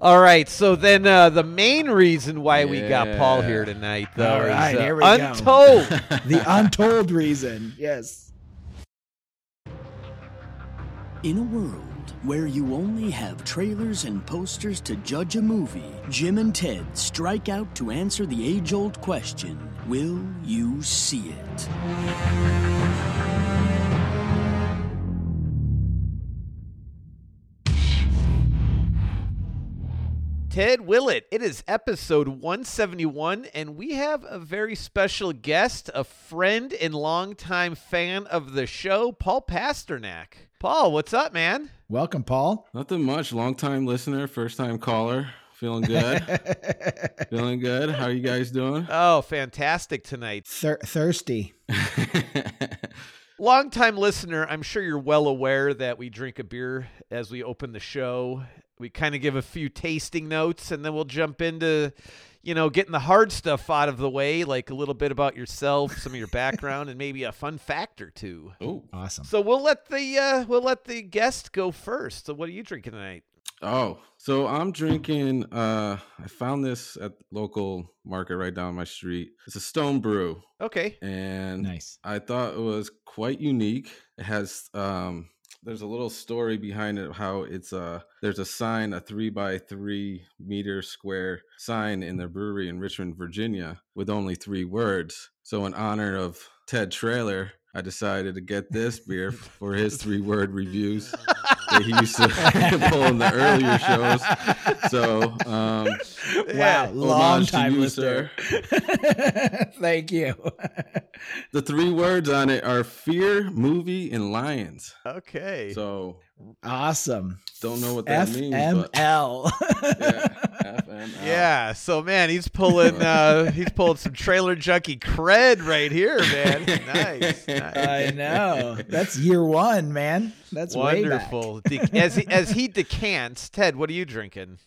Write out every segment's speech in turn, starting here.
All right, so then uh, the main reason why we got Paul Yeah. here tonight, though, All right, is uh, here we go. untold. the untold reason. Yes. In a world where you only have trailers and posters to judge a movie, Jim and Ted strike out to answer the age old question Will you see it? Ted Willett. It is episode 171, and we have a very special guest, a friend and longtime fan of the show, Paul Pasternak. Paul, what's up, man? Welcome, Paul. Nothing much. Long time listener, first time caller. Feeling good. Feeling good. How are you guys doing? Oh, fantastic tonight. Thir- thirsty. Longtime listener, I'm sure you're well aware that we drink a beer as we open the show. We kind of give a few tasting notes, and then we'll jump into, you know, getting the hard stuff out of the way, like a little bit about yourself, some of your background, and maybe a fun fact or two. oh, Awesome. So we'll let the uh, we'll let the guest go first. So what are you drinking tonight? oh. So I'm drinking. Uh, I found this at the local market right down my street. It's a stone brew, Okay. and Nice. I thought it was quite unique. It has um there's a little story behind it of how it's uh there's a sign, a three by three meter square sign in their brewery in Richmond, Virginia, with only three words. So in honor of Ted Trailer, I decided to get this beer for his three word reviews that he used to pull in the earlier shows. So um Wow, long homage to time you, listener. Thank you. the three words on it are fear, movie, and lions. Okay. So uh, awesome. Don't know what that means. But FML. yeah, FML. yeah. So man, he's pulling uh, he's pulling some trailer junkie cred right here, man. Nice. nice. I know. That's year one, man. That's Way back. Wonderful. De- as he, as he decants, Ted, what are you drinking?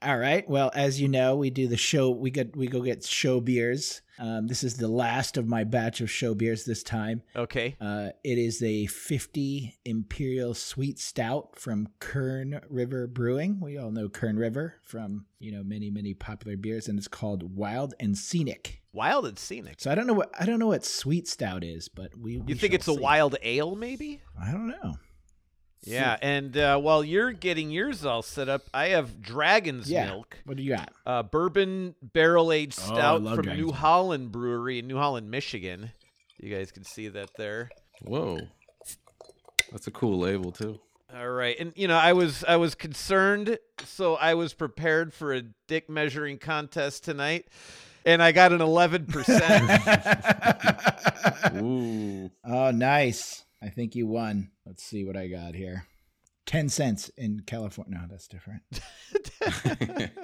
All right. Well, as you know, we do the show. We get we go get show beers. Um, this is the last of my batch of show beers this time. Okay. Uh, it is a 50 Imperial Sweet Stout from Kern River Brewing. We all know Kern River from you know many many popular beers, and it's called Wild and Scenic. Wild and scenic. So I don't know what I don't know what Sweet Stout is, but we, we You think shall it's a see. wild ale, maybe? I don't know. Yeah. And uh, while you're getting yours all set up, I have Dragon's Yeah. Milk. What do you got? uh, bourbon barrel aged Oh, I stout love from Dragon's New Milk. Holland Brewery in New Holland, Michigan. You guys can see that there. Whoa. That's a cool label too. All right, and you know I was I was concerned, so I was prepared for a dick measuring contest tonight, and I got an eleven percent. Ooh. Oh, nice. I think you won. Let's see what I got here. 10 cents in California. No, that's different.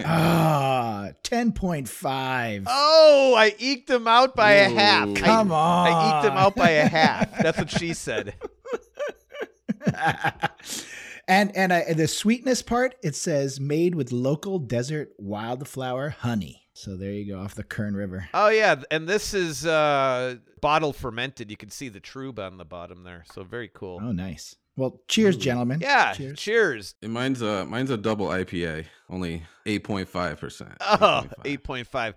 Ah, 10.5. Oh, I eked him out by a half. Ooh. I- Come on. I eked him out by a half. That's what she said. and and I, the sweetness part, it says made with local desert wildflower honey. So there you go, off the Kern River. Oh yeah, and this is uh, bottle fermented. You can see the trube on the bottom there, so very cool. Oh, nice. Well, cheers, gentlemen. Yeah, Cheers. cheers. And mine's a mine's a double IPA, only eight point five percent. Oh, 8.5.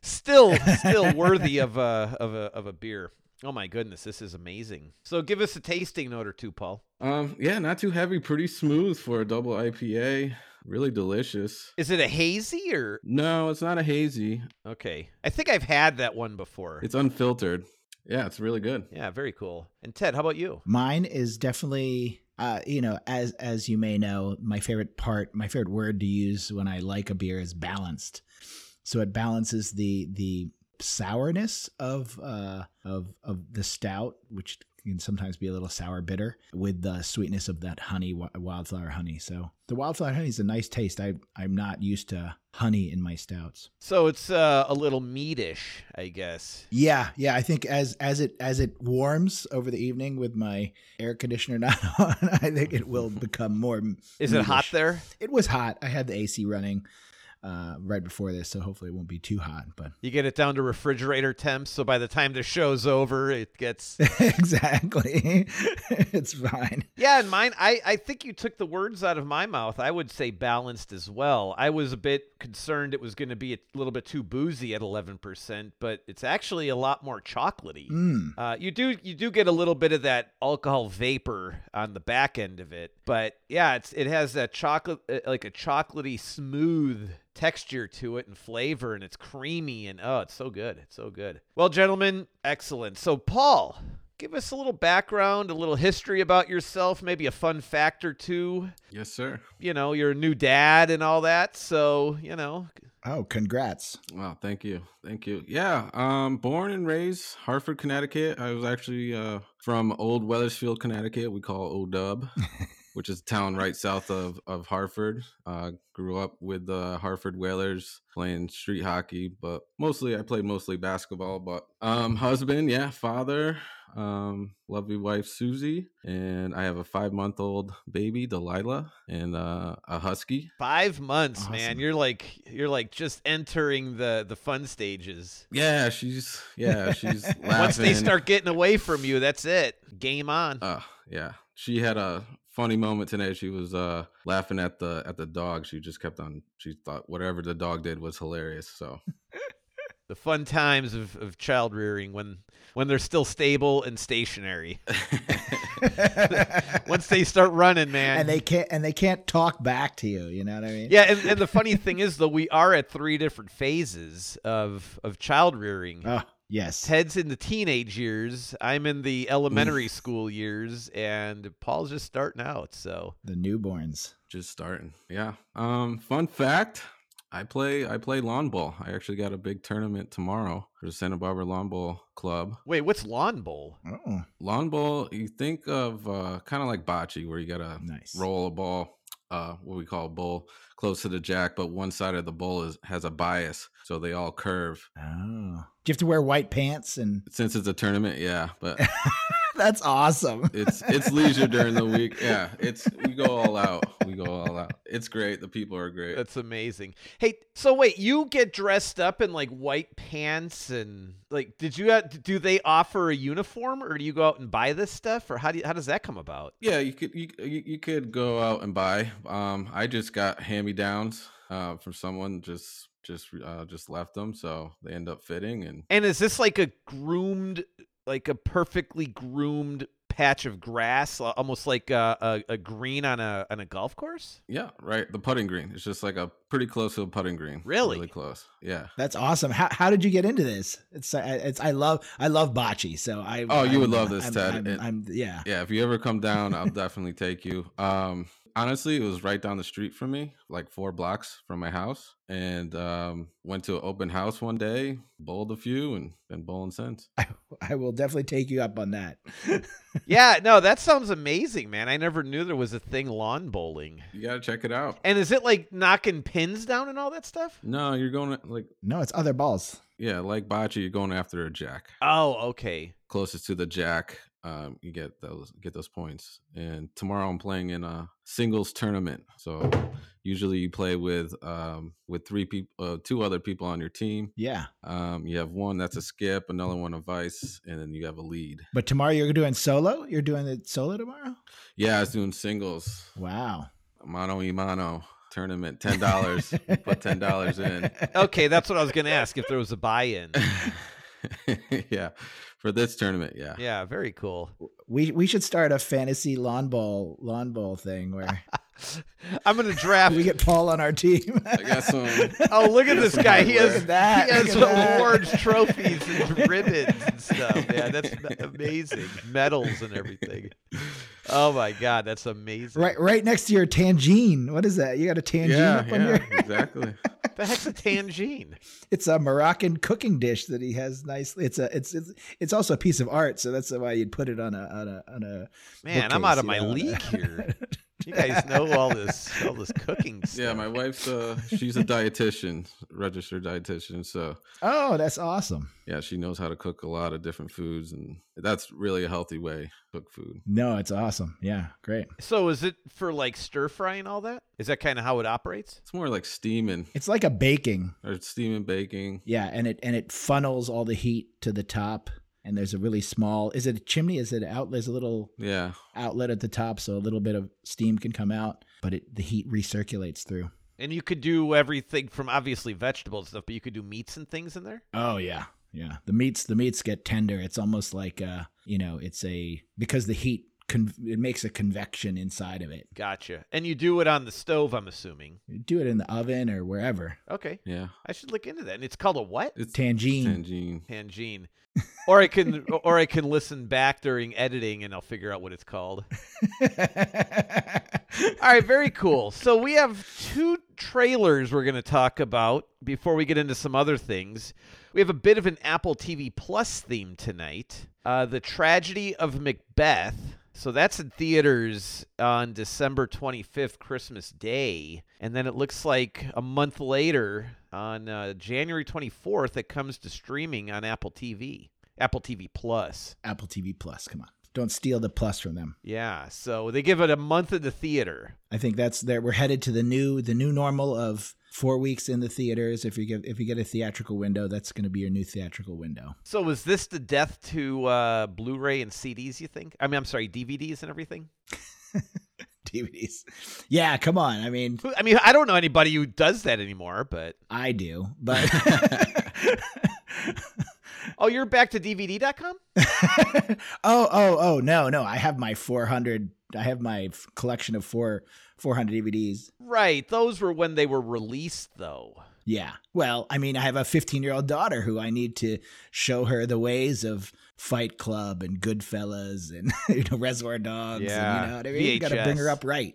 Still still worthy of a of a of a beer. Oh my goodness, this is amazing. So give us a tasting note or two, Paul. Um, yeah, not too heavy, pretty smooth for a double IPA. Really delicious. Is it a hazy or No, it's not a hazy. okay? I think I've had that one before. It's unfiltered. Yeah, it's really good. yeah, very cool. And Ted, how about you? Mine is definitely uh, you know, as as you may know, my favorite part, my favorite word to use when I like a beer is balanced. So it balances the the sourness of uh of of the stout, which can sometimes be a little sour bitter, with the sweetness of that honey wi- wildflower honey. So the wildflower honey is a nice taste. I I'm not used to honey in my stouts. So it's uh, a little meatish, I guess. Yeah, yeah. I think as as it as it warms over the evening with my air conditioner not on, I think it will become more. Is it hot meatish. there? It was hot. I had the AC running. uh, right before this, so hopefully it won't be too hot. But You get it down to refrigerator temps, so by the time the show's over, it gets exactly, it's fine. Yeah, and mine I, I think you took the words out of my mouth. I would say balanced as well. I was a bit concerned it was gonna be a little bit too boozy at eleven percent, but it's actually a lot more chocolatey. Mm. Uh, you do you do get a little bit of that alcohol vapor on the back end of it, but yeah, it's it has that chocolate uh, like a chocolatey smooth texture to it and flavor, and it's creamy and oh, it's so good, it's so good. Well, gentlemen, excellent. So, Paul, give us a little background, a little history about yourself, maybe a fun fact or two. Yes, sir. You know, you're a new dad and all that, so you know, Oh, congrats! Wow, thank you. Thank you. Yeah, um born and raised Hartford, Connecticut. I was actually uh from Old Weathersfield, Connecticut. We call Old Dub, which is a town right south of of Hartford. Uh grew up with the Hartford Whalers playing street hockey, but mostly I played mostly basketball, but um husband, yeah, father, um lovely wife Susie, and I have a 5-month-old baby Delilah and uh a husky. five months, man. Awesome. You're like you're like just entering the the fun stages. Yeah, she's yeah, she's laughing. Once they start getting away from you, that's it. Game on. Uh, yeah. She had a funny moment today. She was uh laughing at the at the dog. She just kept on. She thought whatever the dog did was hilarious. So the fun times of, of child rearing when when they're still stable and stationary. Once they start running, man. and they can't and they can't talk back to you. You know what I mean? yeah, and, and the funny thing is though, we are at three different phases of of child rearing. Oh, yes. Ted's in the teenage years. I'm in the elementary school years, and Paul's just starting out. So The newborns. just starting. Yeah. Um. Fun fact. I play I play lawn ball. I actually got a big tournament tomorrow for the Santa Barbara Lawn Ball Club. wait, what's lawn bowl? Oh, Lawn ball, you think of uh, kind of like bocce, where you gotta nice. roll a ball, uh, what we call a bowl, close to the jack, but one side of the bowl is has a bias, so they all curve. Oh, do you have to wear white pants? And since it's a tournament yeah but that's awesome. it's it's leisure during the week yeah it's we go all out we go all out it's great the people are great That's amazing. Hey, so wait, you get dressed up in like white pants and like did you have, do they offer a uniform or do you go out and buy this stuff or how do you, how does that come about? yeah you could you, you you could go out and buy um i just got hand-me-downs uh from someone just just uh just left them so they end up fitting and And is this like a groomed like a perfectly groomed patch of grass al- almost like a, a, a green on a on a golf course? yeah right the putting green it's just like a pretty close to a putting green Really? really close yeah That's awesome. How, how did you get into this? It's it's I love I love bocce. So I Oh, you would love I'm- this, I'm- Ted. I'm- It- I'm- yeah. yeah if you ever come down i'll definitely take you um honestly it was right down the street from me like four blocks from my house and um went to an open house one day bowled a few and been bowling since I will definitely take you up on that. yeah, no, that sounds amazing, man. I never knew there was a thing lawn bowling. you gotta check it out And is it like knocking pins down and all that stuff? no you're going to, like no, it's other balls. yeah like bocce you're going after a jack Oh, okay. closest to the jack um you get those get those points and tomorrow i'm playing in a singles tournament so usually you play with um with three people uh, two other people on your team Yeah. Um, you have one that's a skip, another one a vice, and then you have a lead. But tomorrow you're doing solo? You're doing it solo tomorrow? Yeah, I was doing singles, Wow. mano y mano tournament, ten dollars. put $10 in. Okay, that's what I was going to ask if there was a buy-in. yeah, for this tournament, yeah. Yeah, very cool. We we should start a fantasy lawn ball lawn ball thing where I'm gonna draft. we get Paul on our team. I got some. oh, look at this guy. He Look has at that, he has look at that. awards, trophies, and ribbons and stuff. Yeah, that's n- amazing. Medals and everything. Oh my god, that's amazing. Right right next to your tangine. What is that? You got a tangine Yeah, up on yeah, your exactly. The heck's a tangine? it's a Moroccan cooking dish that he has nicely. It's a it's it's, it's also a piece of art, so that's why you'd put it on a on a on a Man, I'm out of bookcase, my you know, on a- league here. You guys know all this, all this cooking stuff. Yeah, my wife's uh she's a dietitian, registered dietitian, so Oh, that's awesome. yeah, she knows how to cook a lot of different foods and that's really a healthy way to cook food. No, it's awesome. Yeah, great. So is it for like stir fry and all that? Is that kind of how it operates? It's more like steaming It's like a baking. or steaming baking. Yeah, and it and it funnels all the heat to the top. And there's a really small. Is it a chimney? Is it an outlet? There's a little Yeah. outlet at the top, so a little bit of steam can come out, but it, the heat recirculates through. And you could do everything from obviously vegetable stuff, but you could do meats and things in there. Oh yeah, yeah. The meats the meats get tender. It's almost like uh, you know, it's a because the heat con- it makes a convection inside of it. Gotcha. And you do it on the stove, I'm assuming. Do it in the oven or wherever. Okay, Yeah. I should look into that. And it's called a what? It's Tangine. Tangine. Tangine. Or I can, or I can listen back during editing, and I'll figure out what it's called. All right, very cool. So we have two trailers we're going to talk about before we get into some other things. We have a bit of an Apple TV Plus theme tonight. Uh, the Tragedy of Macbeth. So that's in theaters on December 25th, Christmas Day. And then it looks like a month later on uh, January 24th, it comes to streaming on Apple TV, Apple TV Plus. Apple TV Plus. Come on, don't steal the plus from them. Yeah. So they give it a month at the theater. I think that's there. We're headed to the new the new normal of four weeks in the theaters. If you get if you get a theatrical window, that's going to be your new theatrical window. So was this the death to uh, Blu-ray and CDs? You think? I mean, I'm sorry, DVDs and everything. DVDs. Yeah, come on. I mean, Who- I mean, I don't know anybody who does that anymore. But I do, but oh, you're back to DVD.com. oh, oh, oh, no, no. I have my 400. I have my f- collection of four 400 DVDs. Right. Those were when they were released, though. Yeah. Well, I mean, I have a 15 year old daughter who I need to show her the ways of Fight Club and Goodfellas and you know Reservoir Dogs. Yeah. And, you know what I mean? You got to bring her VHS. up right.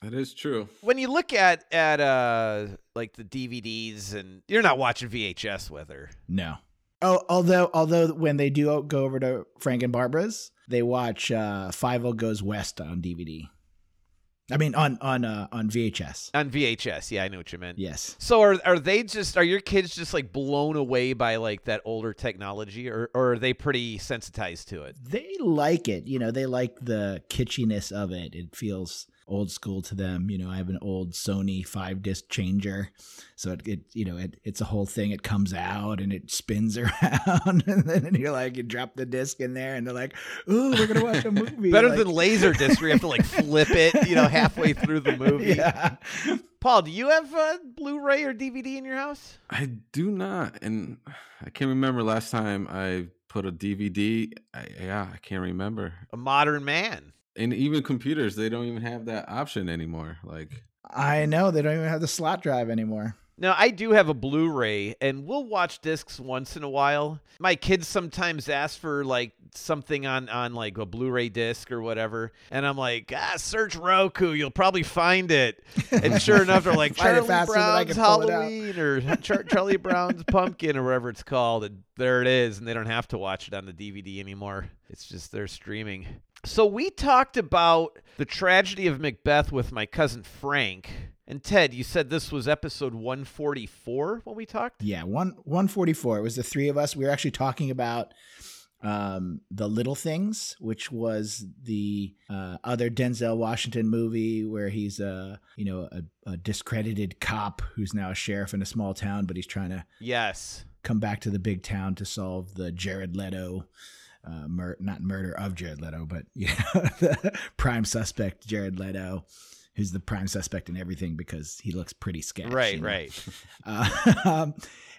That is true. When you look at at uh like the DVDs, and you're not watching VHS with her. no. Oh, although although when they do go over to Frank and Barbara's, they watch uh, Five O Goes West on DVD. I mean, on on uh, on VHS. on VHS. Yeah, I know what you meant. Yes. So are are they just are your kids just like blown away by like that older technology, or or are they pretty sensitized to it? they like it you know they like the kitschiness of it it feels old school to them you know i have an old sony five disc changer so it, it you know it, it's a whole thing it comes out and it spins around and then you're like you drop the disc in there and they're like ooh we're gonna watch a movie Better like- than laser disc where you have to like flip it, you know, halfway through the movie. yeah. Paul, do you have a Blu-ray or DVD in your house? I do not, and I can't remember last time I put a DVD. I, yeah, I can't remember. A modern man. And even computers, they don't even have that option anymore. Like, i know they don't even have the slot drive anymore Now I do have a Blu-ray, and we'll watch discs once in a while. My kids sometimes ask for like something on on like a Blu-ray disc or whatever, and I'm like, ah, search Roku, you'll probably find it. And sure enough, they're like Find it Charlie faster than I Brown's can pull it out." Halloween or Char- Charlie Brown's Pumpkin or whatever it's called, and there it is, and they don't have to watch it on the DVD anymore. It's just they're streaming. So we talked about the tragedy of Macbeth with my cousin Frank. And Ted, you said this was episode 144 when we talked? Yeah, one one forty four. It was the three of us. We were actually talking about um, the little things, which was the uh, other Denzel Washington movie where he's a you know a, a discredited cop who's now a sheriff in a small town, but he's trying to Yes. come back to the big town to solve the Jared Leto. Uh, mur- not murder of Jared Leto, but you know, the prime suspect Jared Leto, who's the prime suspect in everything because he looks pretty sketch. Right, you know? right. Um,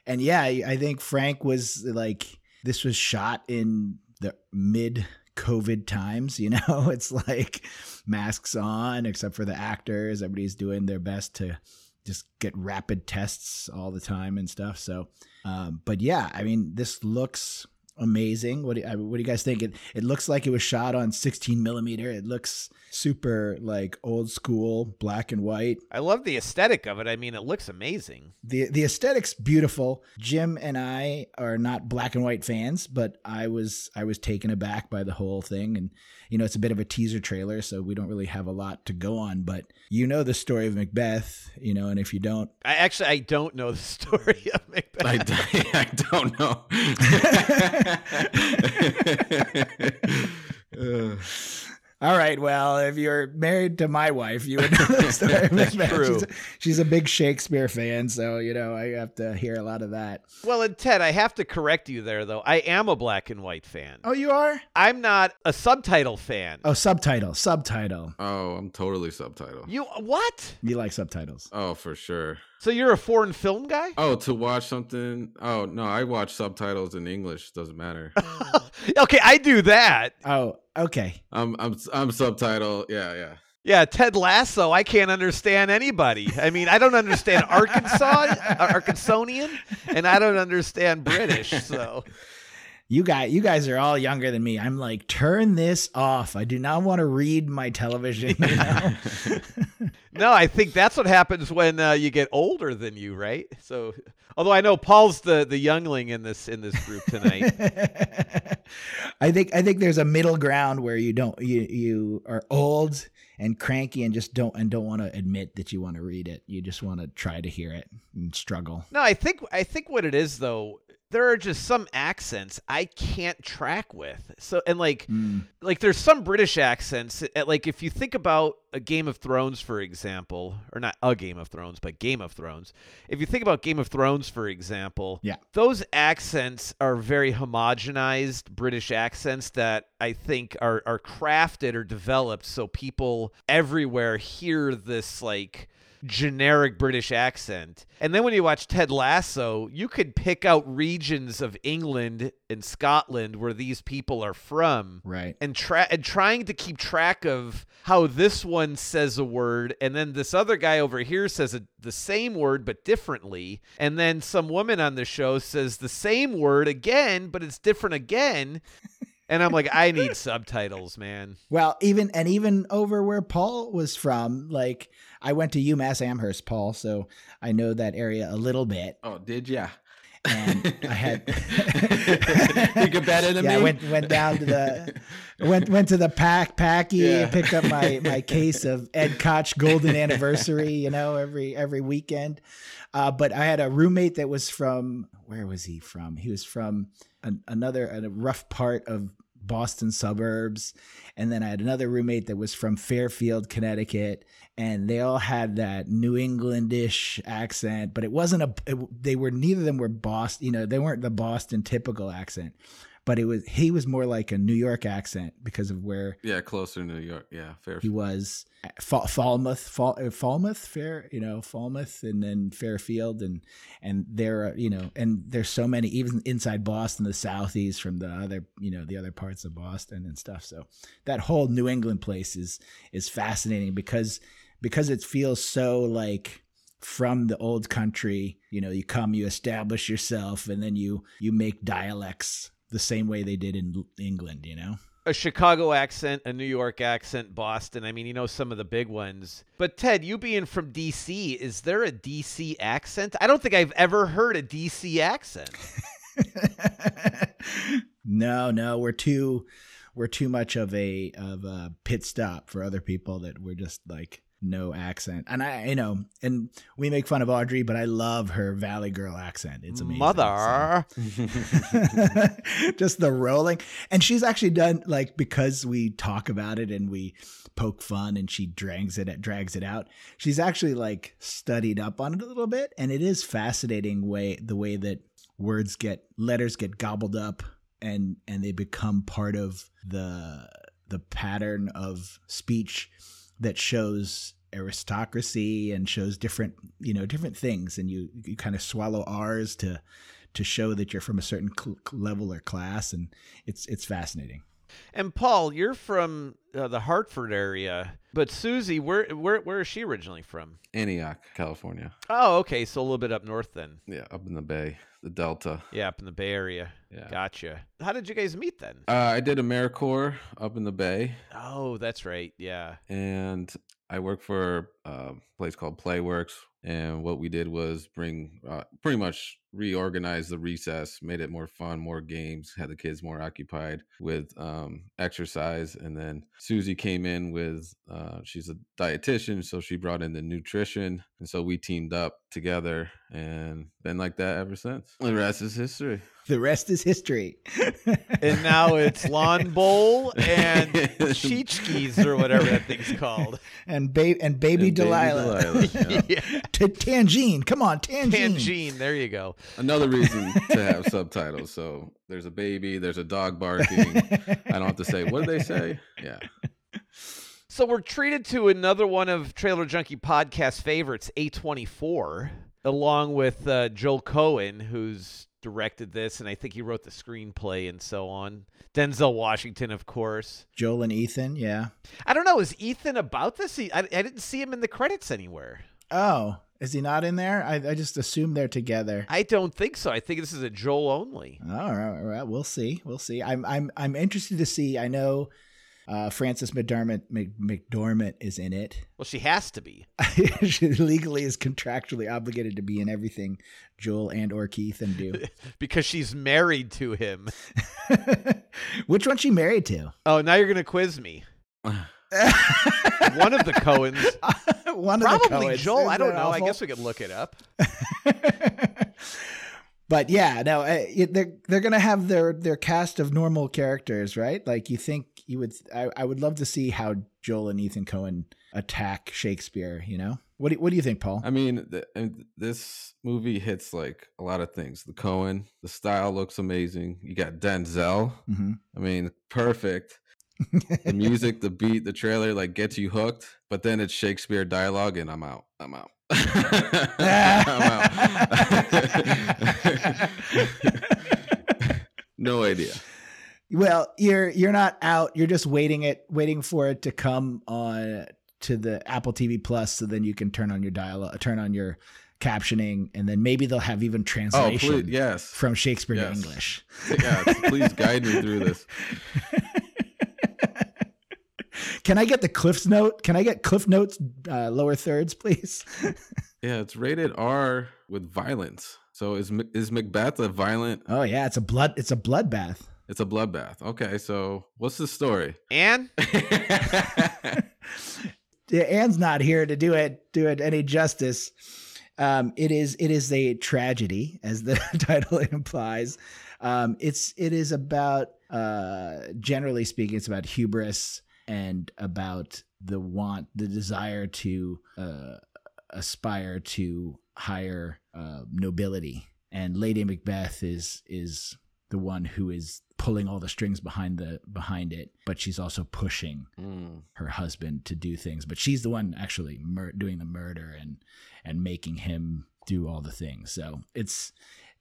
and yeah, I I think Frank was like, this was shot in the mid COVID times, you know? It's like masks on, except for the actors. Everybody's doing their best to just get rapid tests all the time and stuff. So, um, but yeah, I mean, this looks amazing. What do, I mean, what do you guys think? It it looks like it was shot on 16 millimeter. It looks super like old school, black and white. I love the aesthetic of it. I mean, it looks amazing. the The aesthetics beautiful. Jim and I are not black and white fans, but I was I was taken aback by the whole thing. And you know, it's a bit of a teaser trailer, so we don't really have a lot to go on. But you know the story of Macbeth, you know, and if you don't, I actually I don't know the story of Macbeth. I, d- I don't know. Ugh. All right. Well, if you're married to my wife, you would know the story. of That's Macbeth. true. She's a, she's a big Shakespeare fan, so you know I have to hear a lot of that. Well, and Ted, I have to correct you there though. I am a black and white fan. Oh, you are? I'm not a subtitle fan. Oh, subtitle, subtitle. oh, I'm totally subtitle. You what? You like subtitles? Oh, for sure. So you're a foreign film guy? Oh, to watch something. Oh no, I watch subtitles in English. Doesn't matter. okay, I do that. Oh, okay. I'm I'm I'm subtitle. Yeah, yeah. Yeah, Ted Lasso. I can't understand anybody. I mean, I don't understand Arkansas, uh, Arkansonian, and I don't understand British. So You guys, you guys are all younger than me. I'm like, turn this off. I do not want to read my television. You know? no, I think that's what happens when uh, you get older than you, right? So, although I know Paul's the the youngling in this in this group tonight. I think I think there's a middle ground where you don't you you are old and cranky and just don't and don't want to admit that you want to read it. You just want to try to hear it and struggle. No, I think I think what it is though, there are just some accents I can't track with. So and like Mm. like there's some British accents. uh, Like if you think about a Game of Thrones, for example, or not a Game of Thrones, but Game of Thrones. If you think about Game of Thrones, for example, Yeah. those accents are very homogenized British accents that I think are are crafted or developed so people everywhere hear this like generic British accent. And then when you watch Ted Lasso, you could pick out regions of England and Scotland where these people are from Right. and tra- and trying to keep track of how this one says a word and then this other guy over here says a, the same word but differently and then some woman on the show says the same word again but it's different again and I'm like I need subtitles man Well, even and even over where Paul was from, like I went to UMass Amherst, Paul, so I know that area a little bit. Oh, did ya? And I had you get better than yeah, me. I went went down to the went went to the pack packy, Yeah. picked up my my case of Ed Koch Golden Anniversary, you know, every every weekend. Uh, but I had a roommate that was from where was he from? He was from an, another a rough part of Boston suburbs, and then I had another roommate that was from Fairfield, Connecticut, and they all had that New Englandish accent, but it wasn't a. It, they were neither of them were Boston. You know, they weren't the Boston typical accent, but it was he was more like a New York accent because of where yeah, closer to New York. Yeah, fair. he was Fa- Falmouth, Fal- uh, Falmouth, Fair, you know, Falmouth, and then Fairfield, and and there, are, you know, and there's so many even inside Boston, the southeast from the other, you know, the other parts of Boston and stuff. So that whole New England place is is fascinating because because it feels so like from the old country you know you come you establish yourself and then you you make dialects the same way they did in england you know a Chicago accent, a New York accent, Boston. I mean, you know some of the big ones. But Ted, you being from DC, is there a DC accent? I don't think I've ever heard a DC accent. no, no, we're too we're too much of a of a pit stop for other people that we're just like no accent. And I you know, and we make fun of Audrey, but I love her Valley Girl accent. It's amazing. So- Mother. just the rolling and she's actually done like because we talk about it and we poke fun and she drags it drags it out she's actually like studied up on it a little bit and it is fascinating way the way that words get letters get gobbled up and and they become part of the the pattern of speech that shows aristocracy and shows different you know different things and you you kind of swallow r's to to show that you're from a certain cl- cl- level or class and it's it's fascinating And Paul, you're from uh, the Hartford area, but Susie, where where where is she originally from? Antioch, California. Oh, okay, so a little bit up north then. Yeah, up in the Bay, the Delta. Yeah, up in the Bay Area. Yeah. Gotcha. How did you guys meet then? Uh, I did AmeriCorps up in the Bay, Oh, that's right. Yeah. and I work for uh, a place called Playworks. And what we did was bring, uh, pretty much reorganize the recess, made it more fun, more games, had the kids more occupied with um, exercise. And then Susie came in with, uh, she's a dietitian, so she brought in the nutrition, and so we teamed up together, and been like that ever since. The rest is history. The rest is history. And now it's Lawn Bowl and Cheechkies or whatever that thing's called. and baby and baby And Delilah. Delilah, yeah. Yeah. T- Tangine, come on, Tangine. Tangine, there you go. Another reason to have subtitles. So there's a baby, there's a dog barking. I don't have to say what do they say? Yeah. So we're treated to another one of Trailer Junkie podcast favorites, A24, along with uh, Joel Cohen, who's directed this, and I think he wrote the screenplay and so on. Denzel Washington, of course. Joel and Ethan, yeah. I don't know, is Ethan about this? He, I, I didn't see him in the credits anywhere. Oh, is he not in there? I, I just assume they're together. I don't think so. I think this is a Joel only. All right, all right, we'll see. We'll see. I'm I'm I'm interested to see. I know uh, Frances McDermott Mc, McDormand is in it. Well, she has to be. she legally is contractually obligated to be in everything Joel and or Keith and do. because she's married to him. Which one she married to? Oh, now you're gonna quiz me. One of the Cohens, one of the probably Coens. Joel. I Isn't don't that know. I awful? guess we could look it up. but yeah, no, uh, it- they're they're gonna have their their cast of normal characters, right? Like you think you would. I, I would love to see how Joel and Ethan Cohen attack Shakespeare. You know, what do, what do you think, Paul? I mean, th- and this movie hits like a lot of things. The Cohen, the style looks amazing. You got Denzel. hmm I mean, perfect. Mm-hmm. The music, the beat, the trailer like gets you hooked, but then it's Shakespeare dialogue and I'm out. I'm out. I'm out. no idea. Well, you're you're not out. You're just waiting it, waiting for it to come on to the Apple TV Plus, so then you can turn on your dial, turn on your captioning, and then maybe they'll have even Oh, translation please, yes. from Shakespeare Yes. to English. yeah, please guide me through this. Can I get the Cliff's note? Can I get Cliff notes uh, lower thirds, please? Yeah, it's rated R with violence. So is Mac- is Macbeth a violent? oh yeah, it's a blood. It's a bloodbath. It's a bloodbath. Okay, so what's the story? And Yeah, Anne's not here to do it do it any justice. Um, it is it is a tragedy, as the title implies. Um, it's it is about uh, generally speaking, it's about hubris and about the want, the desire to uh, aspire to higher uh, nobility. And Lady Macbeth is is the one who is pulling all the strings behind the behind it, but she's also pushing Mm, her husband to do things, but she's the one actually mur- doing the murder and and making him do all the things. So it's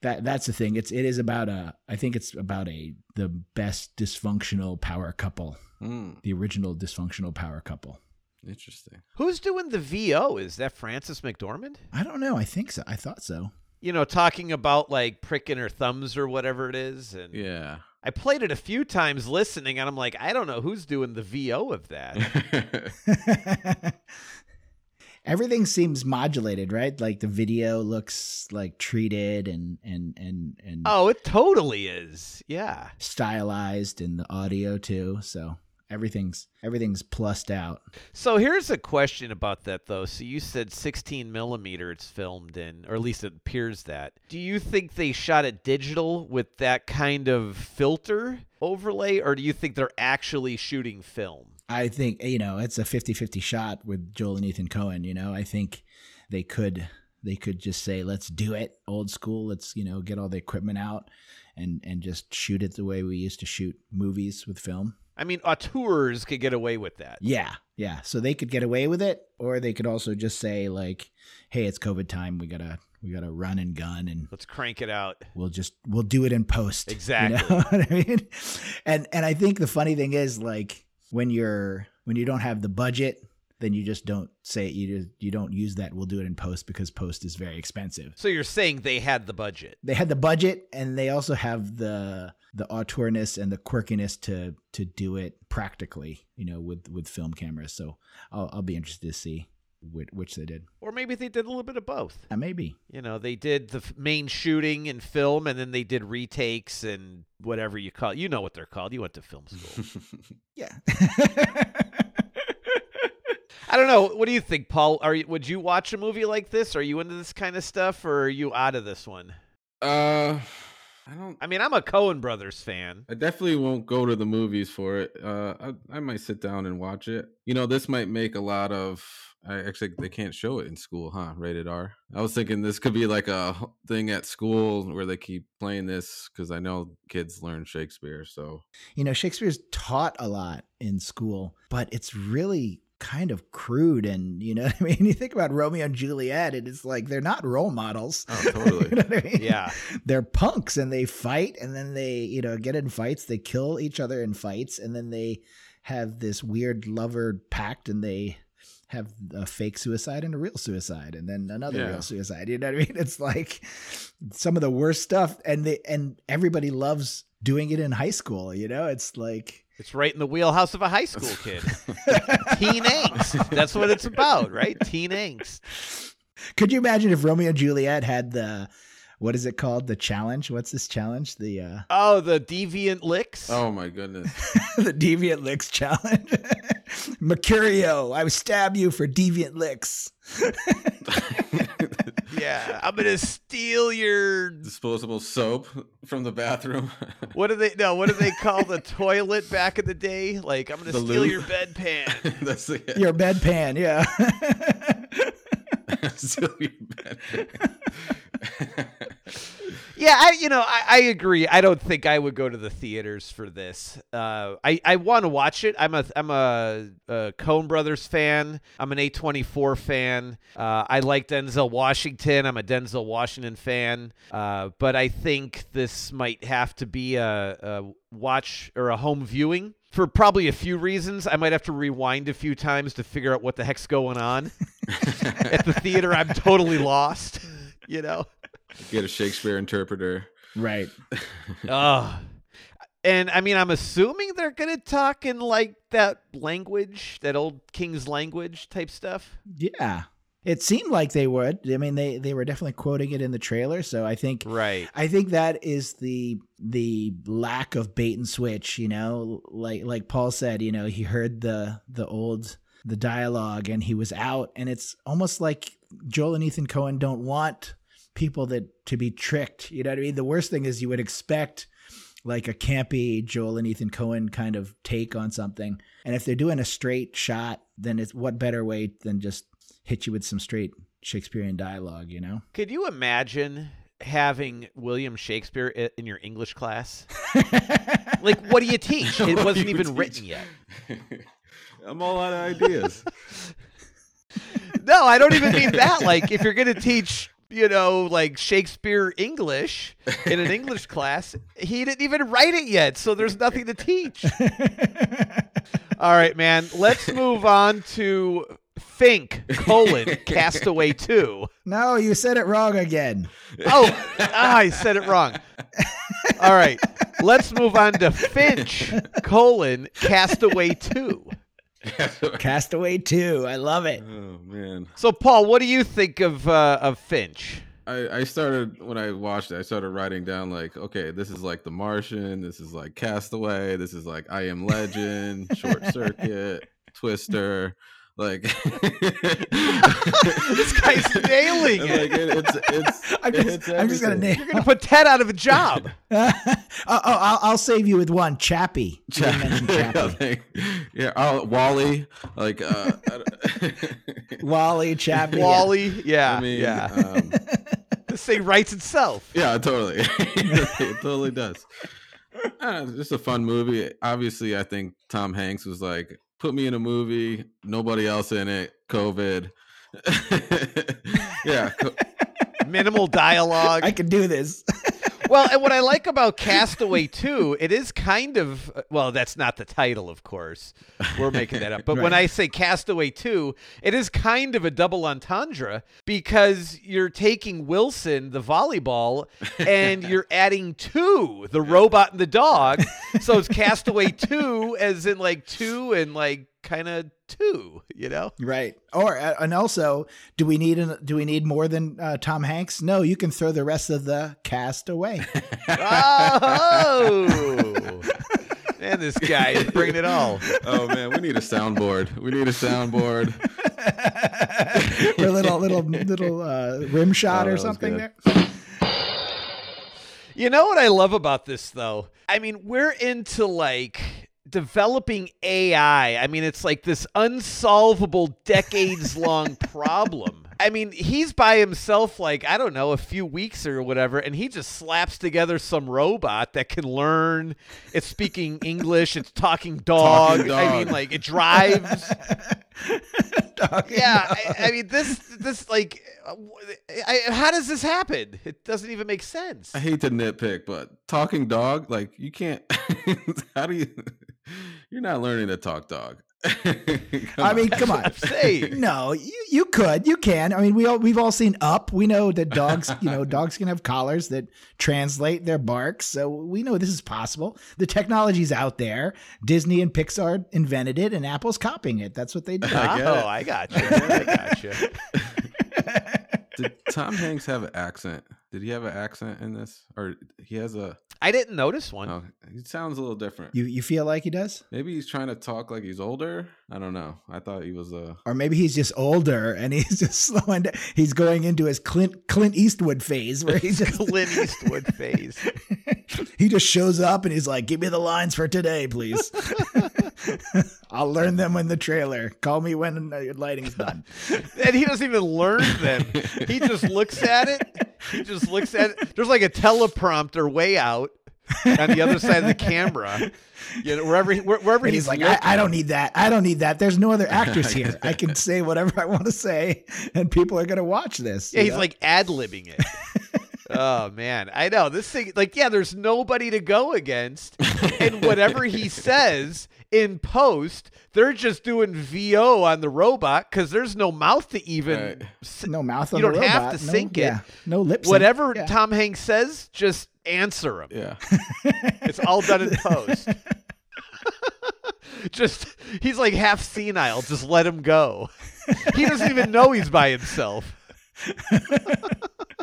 that that's the thing. It's it is about a I think it's about a the best dysfunctional power couple, mm, the original dysfunctional power couple. interesting. who's doing the VO? Is that Frances McDormand? I don't know. I think so. I thought so. You know, talking about like pricking her thumbs or whatever it is. And Yeah. I played it a few times listening, and I'm like, I don't know who's doing the VO of that. Everything seems modulated, right? Like the video looks like treated and and and and oh, it totally is. Yeah. stylized, and the audio too. So everything's everything's plussed out. So here's a question about that though. So you said 16 millimeter it's filmed in, or at least it appears that. Do you think they shot it digital with that kind of filter overlay, or do you think they're actually shooting film? I think you know it's a 50-50 shot with Joel and Ethan Cohen. You know, I think they could they could just say let's do it old school. Let's you know get all the equipment out and and just shoot it the way we used to shoot movies with film. I mean, auteurs could get away with that. Yeah, yeah. So they could get away with it, or they could also just say like, hey, it's COVID time. We gotta We got to run and gun, and Let's crank it out. we'll just we'll do it in post. you Exactly. know what I mean? And and I think the funny thing is like when you're when you don't have the budget, then you just don't say it. You just, you don't use that. We'll do it in post because post is very expensive. So you're saying they had the budget. They had the budget, and they also have the the auteurness and the quirkiness to to do it practically. You know, with with film cameras. So I'll I'll be interested to see which, which they did. Or maybe they did a little bit of both. Uh, maybe. You know, they did the f- main shooting and film, and then they did retakes and whatever you call You know what they're called. You went to film school. Yeah. I don't know. What do you think, Paul? Are you, would you watch a movie like this? Are you into this kind of stuff, or are you out of this one? uh, I don't. I mean, I'm a Cohen Brothers fan. I definitely won't go to the movies for it. Uh, I, I might sit down and watch it. You know, this might make a lot of. I actually they can't show it in school, huh? Rated R. I was thinking this could be like a h- thing at school where they keep playing this because I know kids learn Shakespeare. So You know, Shakespeare's taught a lot in school, but it's really kind of crude. And, you know, what I mean, you think about Romeo and Juliet, and it's like they're not role models. Oh, You totally. know what I mean? Yeah, They're punks and they fight and then they, you know, get in fights. They kill each other in fights and then they have this weird lover pact and they have a fake suicide and a real suicide and then another Yeah. real suicide. You know what I mean? It's like some of the worst stuff. And they, and everybody loves doing it in high school. You know, it's like, it's right in the wheelhouse of a high school kid. Teen angst. That's what it's about, right? Teen angst. Could you imagine if Romeo and Juliet had the what is it called? The challenge? What's this challenge? The uh Oh, the deviant licks. oh my goodness, the deviant licks challenge. Mercurio, I would stab you for deviant licks. yeah. I'm gonna steal your. disposable soap from the bathroom. What do they? No, what do they call the toilet back in the day? Like, I'm gonna The steal loo. your bedpan. That's the Your bedpan, yeah. still your bed. Yeah, I you know I, I agree. I don't think I would go to the theaters for this. Uh, I I want to watch it. I'm a I'm a, a Coen Brothers fan. I'm an A24 fan. Uh, I like Denzel Washington. I'm a Denzel Washington fan. Uh, but I think this might have to be a, a watch or a home viewing for probably a few reasons. I might have to rewind a few times to figure out what the heck's going on at the theater. I'm totally lost. You know. Get a Shakespeare interpreter. right. Ugh. And I mean, I'm assuming they're gonna talk in like that language, that old king's language type stuff. Yeah. It seemed like they would. I mean they they were definitely quoting it in the trailer, so I think Right. I think that is the the lack of bait and switch, you know, like like Paul said, you know, he heard the the old the dialogue and he was out and it's almost like Joel and Ethan Cohen don't want people that to be tricked, you know what I mean? The worst thing is you would expect like a campy Joel and Ethan Cohen kind of take on something. And if they're doing a straight shot, then it's what better way than just hit you with some straight Shakespearean dialogue, you know? Could you imagine having William Shakespeare i- in your English class? like, what do you teach? It What wasn't do you even teach? written yet. I'm all out of ideas. No, I don't even mean that. Like, if you're gonna teach, you know, like Shakespeare English in an English class, he didn't even write it yet, so there's nothing to teach. All right, man. Let's move on to Think colon Castaway Two. No, you said it wrong again. Oh, ah, I said it wrong. All right, let's move on to Finch colon Castaway Two. Castaway 2. I love it. oh man. So, Paul, what do you think of uh, of Finch? I, I started when I watched it, I started writing down like, okay, this is like The Martian, this is like Castaway, this is like I Am Legend, Short Circuit, Twister. Like This guy's nailing like, it. it, it's it's I'm it just, hits I'm just gonna everything. name. You're gonna put Ted out of a job. oh, oh, I'll, I'll save you with one. Chappie. You didn't mention Chappie. Like, yeah, i Wally, like uh, I don't- Wally Chappie. Wally, yeah, I mean, yeah. um, This thing writes itself. Yeah, totally. it totally does. I don't know, it's just a fun movie. Obviously, I think Tom Hanks was like, put me in a movie, nobody else in it, COVID. yeah. co- minimal dialogue. I can do this. well, and what I like about Castaway too, it is kind of uh, well, that's not the title, of course. We're making that up. But when Right. I say Castaway too, it is kind of a double entendre because you're taking Wilson, the volleyball, and you're adding two, the robot and the dog. So it's Castaway two, as in like two and like kind of two, you know? Right. Or uh, and also, do we need an, do we need more than uh, Tom Hanks? No, you can throw the rest of the cast away. Oh. Man, this guy is bringing it all. oh man, we need a soundboard. We need a soundboard. or a little little little uh, rim Oh, shot or that was something good. there. You know what I love about this though? I mean, we're into like developing AI. I mean, it's like this unsolvable decades long problem. I mean, he's by himself like, I don't know, a few weeks or whatever, and he just slaps together some robot that can learn. It's speaking English, it's talking dog. Talking I mean, dog. like it drives. Dog. yeah, I, I mean this this like uh, w- I, I- how does this happen? It doesn't even make sense. I hate to nitpick, but talking dog, like you can't. how do you? You're not learning to talk dog. I mean, come on. I'm saying. No, you, you could, you can. I mean, we all we've all seen Up. We know that dogs, you know, dogs can have collars that translate their barks. So we know this is possible. The technology's out there. Disney and Pixar invented it, and Apple's copying it. That's what they do. I get oh, it. I got you. I got you. Did Tom Hanks have an accent? Did he have an accent in this? Or he has a? I didn't notice one. Oh, he sounds a little different. You you feel like he does, Maybe he's trying to talk like he's older. I don't know. I thought he was a. or maybe he's just older and he's just slowing. Down. He's going into his Clint Clint Eastwood phase where he just Clint Eastwood phase. he just shows up and he's like, "Give me the lines for today, please. I'll learn them in the trailer. Call me when the lighting's done." And he doesn't even learn them. He just looks at it. He just looks at it. There's like a teleprompter way out on the other side of the camera. You know, wherever he- where- wherever And he's like, looking. I, I don't need that. I don't need that. There's no other actors here. I can say whatever I want to say, and people are going to watch this. Yeah, you he's know? like ad libbing it. oh man, I know this thing. Like, yeah, there's nobody to go against, and whatever he says in post, they're just doing VO on the robot because there's no mouth to even. Right. s- no mouth. you on don't the have robot. to no, sync it. Yeah, no lip. sync. Whatever Yeah. Tom Hanks says, just answer him. Yeah. It's all done in post. just he's like half senile. Just let him go. He doesn't even know he's by himself.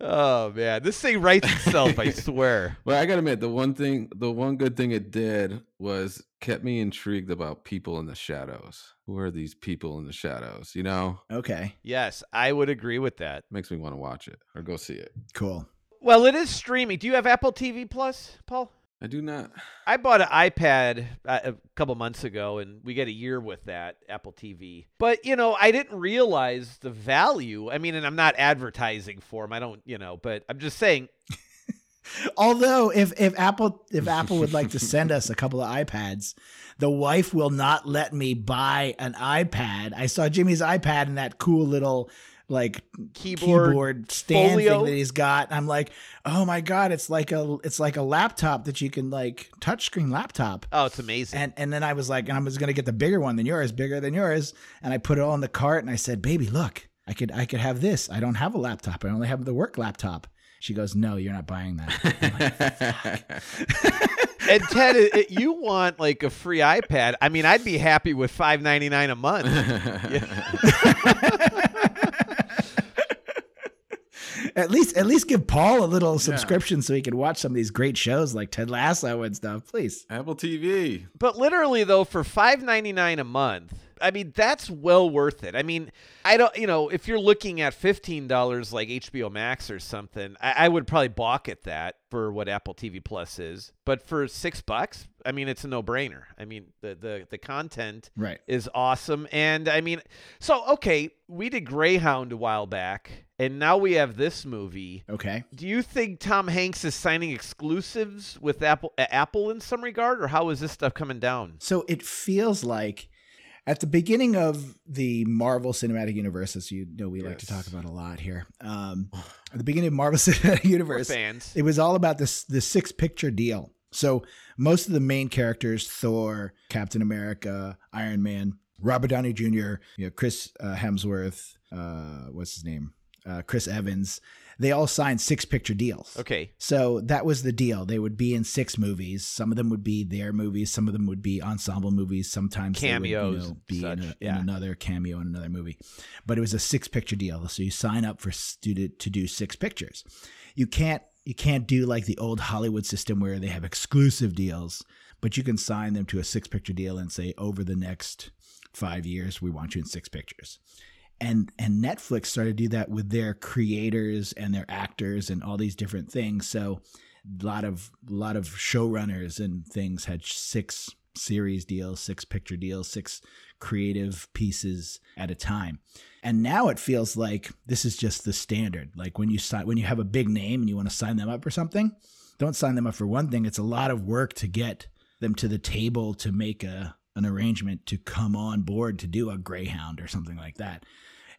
oh man, this thing writes itself. I swear. But I gotta admit, the one thing, the one good thing it did was kept me intrigued about people in the shadows. Who are these people in the shadows? You know, Okay. Yes, I would agree with that. makes me want to watch it or go see it. Cool. Well, it is streaming. Do you have Apple TV Plus, Paul? I do not. I bought an iPad uh, a couple months ago, and we get a year with that Apple TV. But you know, I didn't realize the value. I mean, and I'm not advertising for them. I don't, you know, but I'm just saying. Although, if if Apple if Apple would like to send us a couple of iPads, the wife will not let me buy an iPad. I saw Jimmy's iPad in that cool little like Keyboard stand folio. thing that he's got. I'm like, oh my god, it's like a it's like a laptop that you can like touchscreen laptop. Oh, it's amazing. And and then I was like, and I'm just gonna get the bigger one than yours, bigger than yours. And I put it all in the cart and I said, baby, look, I could I could have this. I don't have a laptop. I only have the work laptop. She goes, no, you're not buying that. And, Ted, i- i- you want like a free iPad? I mean, I'd be happy with five ninety nine a month. at least at least give Paul a little subscription so he can watch some of these great shows like Ted Lasso and stuff, please. Apple TV. But literally, though, for five ninety nine a month, I mean, that's well worth it. I mean, I don't, you know, if you're looking at fifteen dollars like HBO Max or something, I, I would probably balk at that for what Apple TV Plus is. But for six bucks, I mean, it's a no brainer. I mean, the the the content Right. is awesome. And I mean, so okay, we did Greyhound a while back, and now we have this movie. Okay. Do you think Tom Hanks is signing exclusives with Apple uh, Apple in some regard, or how is this stuff coming down? So it feels like, and At the beginning of the Marvel Cinematic Universe, as you know, we like to Yes. talk about a lot here. Um, at the beginning of Marvel Cinematic Universe, fans. it was all about this the six picture deal. So most of the main characters, Thor, Captain America, Iron Man, Robert Downey Jr., you know, Chris uh, Hemsworth, uh, what's his name, uh, Chris Evans, they all signed six picture deals. Okay. So that was the deal. They would be in six movies. Some of them would be their movies. Some of them would be ensemble movies. Sometimes they would, Cameos you know, and be in, such, a, yeah. in another cameo in another movie. But it was a six picture deal. So you sign up for student to do six pictures. You can't you can't do like the old Hollywood system where they have exclusive deals, but you can sign them to a six picture deal and say over the next five years we want you in six pictures and and Netflix started to do that with their creators and their actors and all these different things. So a lot of a lot of showrunners and things had six series deals, six picture deals, six creative pieces at a time. And now it feels like this is just the standard. Like when you sign when you have a big name and you want to sign them up or something, don't sign them up for one thing. It's a lot of work to get them to the table to make a an arrangement to come on board to do a Greyhound or something like that.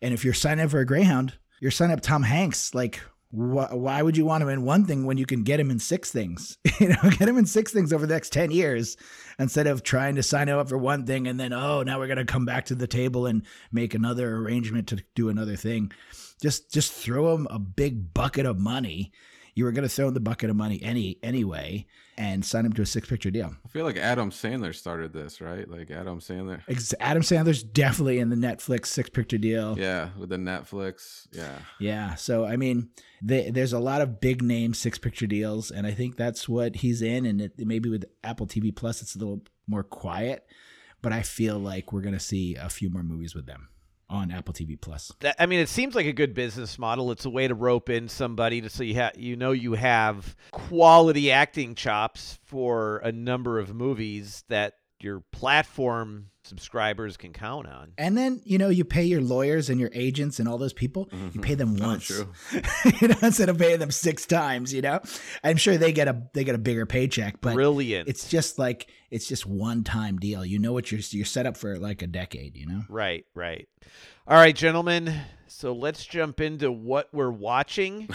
And if you're signing up for a Greyhound, you're signing up Tom Hanks. Like, wh- why would you want him in one thing when you can get him in six things? you know, get him in six things over the next 10 years instead of trying to sign him up for one thing and then, oh, now we're going to come back to the table and make another arrangement to do another thing. Just, just throw him a big bucket of money. You were going to throw him the bucket of money any anyway and sign him to a six picture deal. I feel like Adam Sandler started this, right? Like Adam Sandler. Ex- Adam Sandler's definitely in the Netflix six picture deal. Yeah, with the Netflix. Yeah. Yeah. So I mean, they, there's a lot of big name six picture deals, and I think that's what he's in. And it, maybe with Apple TV Plus, it's a little more quiet, but I feel like we're gonna see a few more movies with them on Apple TV Plus. That, I mean, it seems like a good business model. It's a way to rope in somebody to so you ha- you know you have quality acting chops for a number of movies that your platform subscribers can count on. And then you know you pay your lawyers and your agents and all those people. You pay them Oh, once, true. you know, instead of paying them six times. You know, I'm sure they get a they get a bigger paycheck, but Brilliant. it's just like it's just one time deal. You know what you're you're set up for like a decade. You know. Right, right. All right, gentlemen. So let's jump into what we're watching.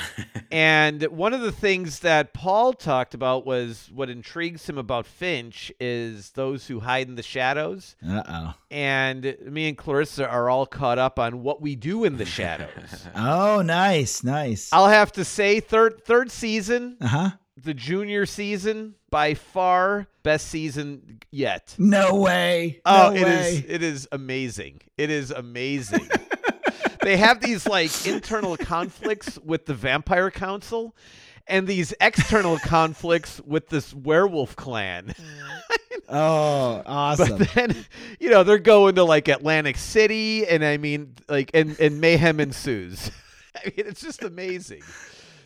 and one of the things that Paul talked about was what intrigues him about Finch is those who hide in the shadows. Uh oh. And me and Clarissa are all caught up on what we do in the shadows. Oh, nice, nice. I'll have to say, third third season, Uh huh. the junior season, by far best season yet. No way. Oh, no it way. is it is amazing. It is amazing. they have these like internal conflicts with the vampire council and these external conflicts with this werewolf clan. Oh, But awesome. then, you know, they're going to like Atlantic City and I mean like and and mayhem ensues. I mean, it's just amazing.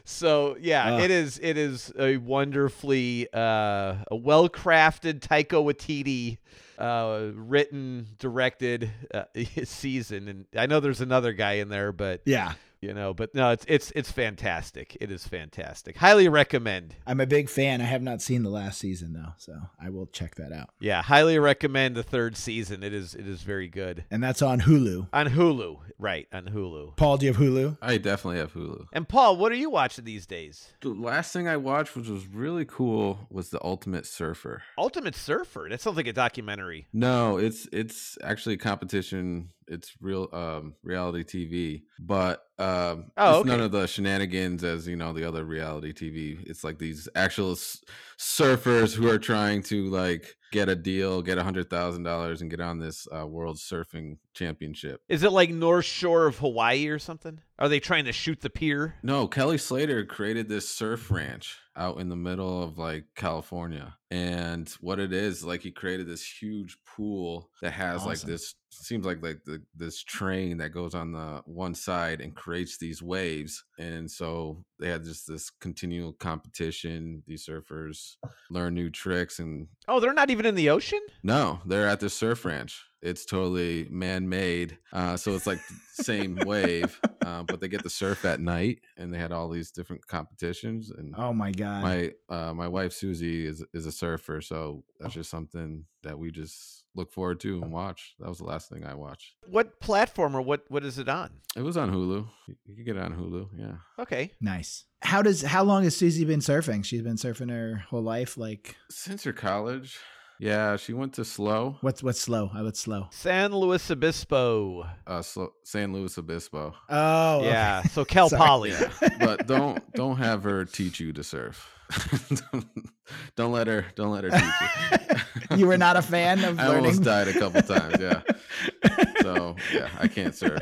So, yeah, Ah. it is it is a wonderfully uh a well-crafted Taika Waititi uh written, directed uh, season and I know there's another guy in there, but yeah. you know, but no, it's it's it's fantastic. It is fantastic. Highly recommend. I'm a big fan. I have not seen the last season though, so I will check that out. Yeah, highly recommend the third season. It is it is very good. And that's on Hulu. On Hulu, right? On Hulu. Paul, do you have Hulu? I definitely have Hulu. And Paul, what are you watching these days? The last thing I watched, which was really cool, was the Ultimate Surfer. Ultimate Surfer. That sounds like a documentary. No, it's it's actually a competition. It's real um reality TV, but um Oh, it's none okay. of the shenanigans as you know the other reality TV. It's like these actual s- surfers who are trying to like get a deal, get a hundred thousand dollars, and get on this uh, world surfing championship. Is it like North Shore of Hawaii or something? Are they trying to shoot the pier? No, Kelly Slater created this surf ranch out in the middle of like California. And what it is, like he created this huge pool that has like Awesome. this seems like like the, this train that goes on the one side and creates these waves. And so they had just this continual competition. These surfers learn new tricks and Oh, they're not even in the ocean. no, they're at the surf ranch. It's totally man-made, uh, so it's like the same wave, uh, but they get to surf at night, and they had all these different competitions. And Oh my god. my uh, my wife Susie is is a surfer. So that's just something that we just look forward to and watch. That was the last thing I watched. What platform or what what is it on? It was on Hulu. You you can get it on Hulu. Yeah. Okay. Nice. How does how long has Susie been surfing? She's been surfing her whole life. Like Since her college. Yeah. She went to Slow, what's what's slow? I what's slow. San Luis Obispo. uh, Slo- San Luis Obispo. Oh okay. Yeah. So Cal Sorry. Poly. Yeah, but don't don't have her teach you to surf. don't, don't let her don't let her teach you. You were not a fan of I learning. almost died a couple times. Yeah. So yeah, I can't surf.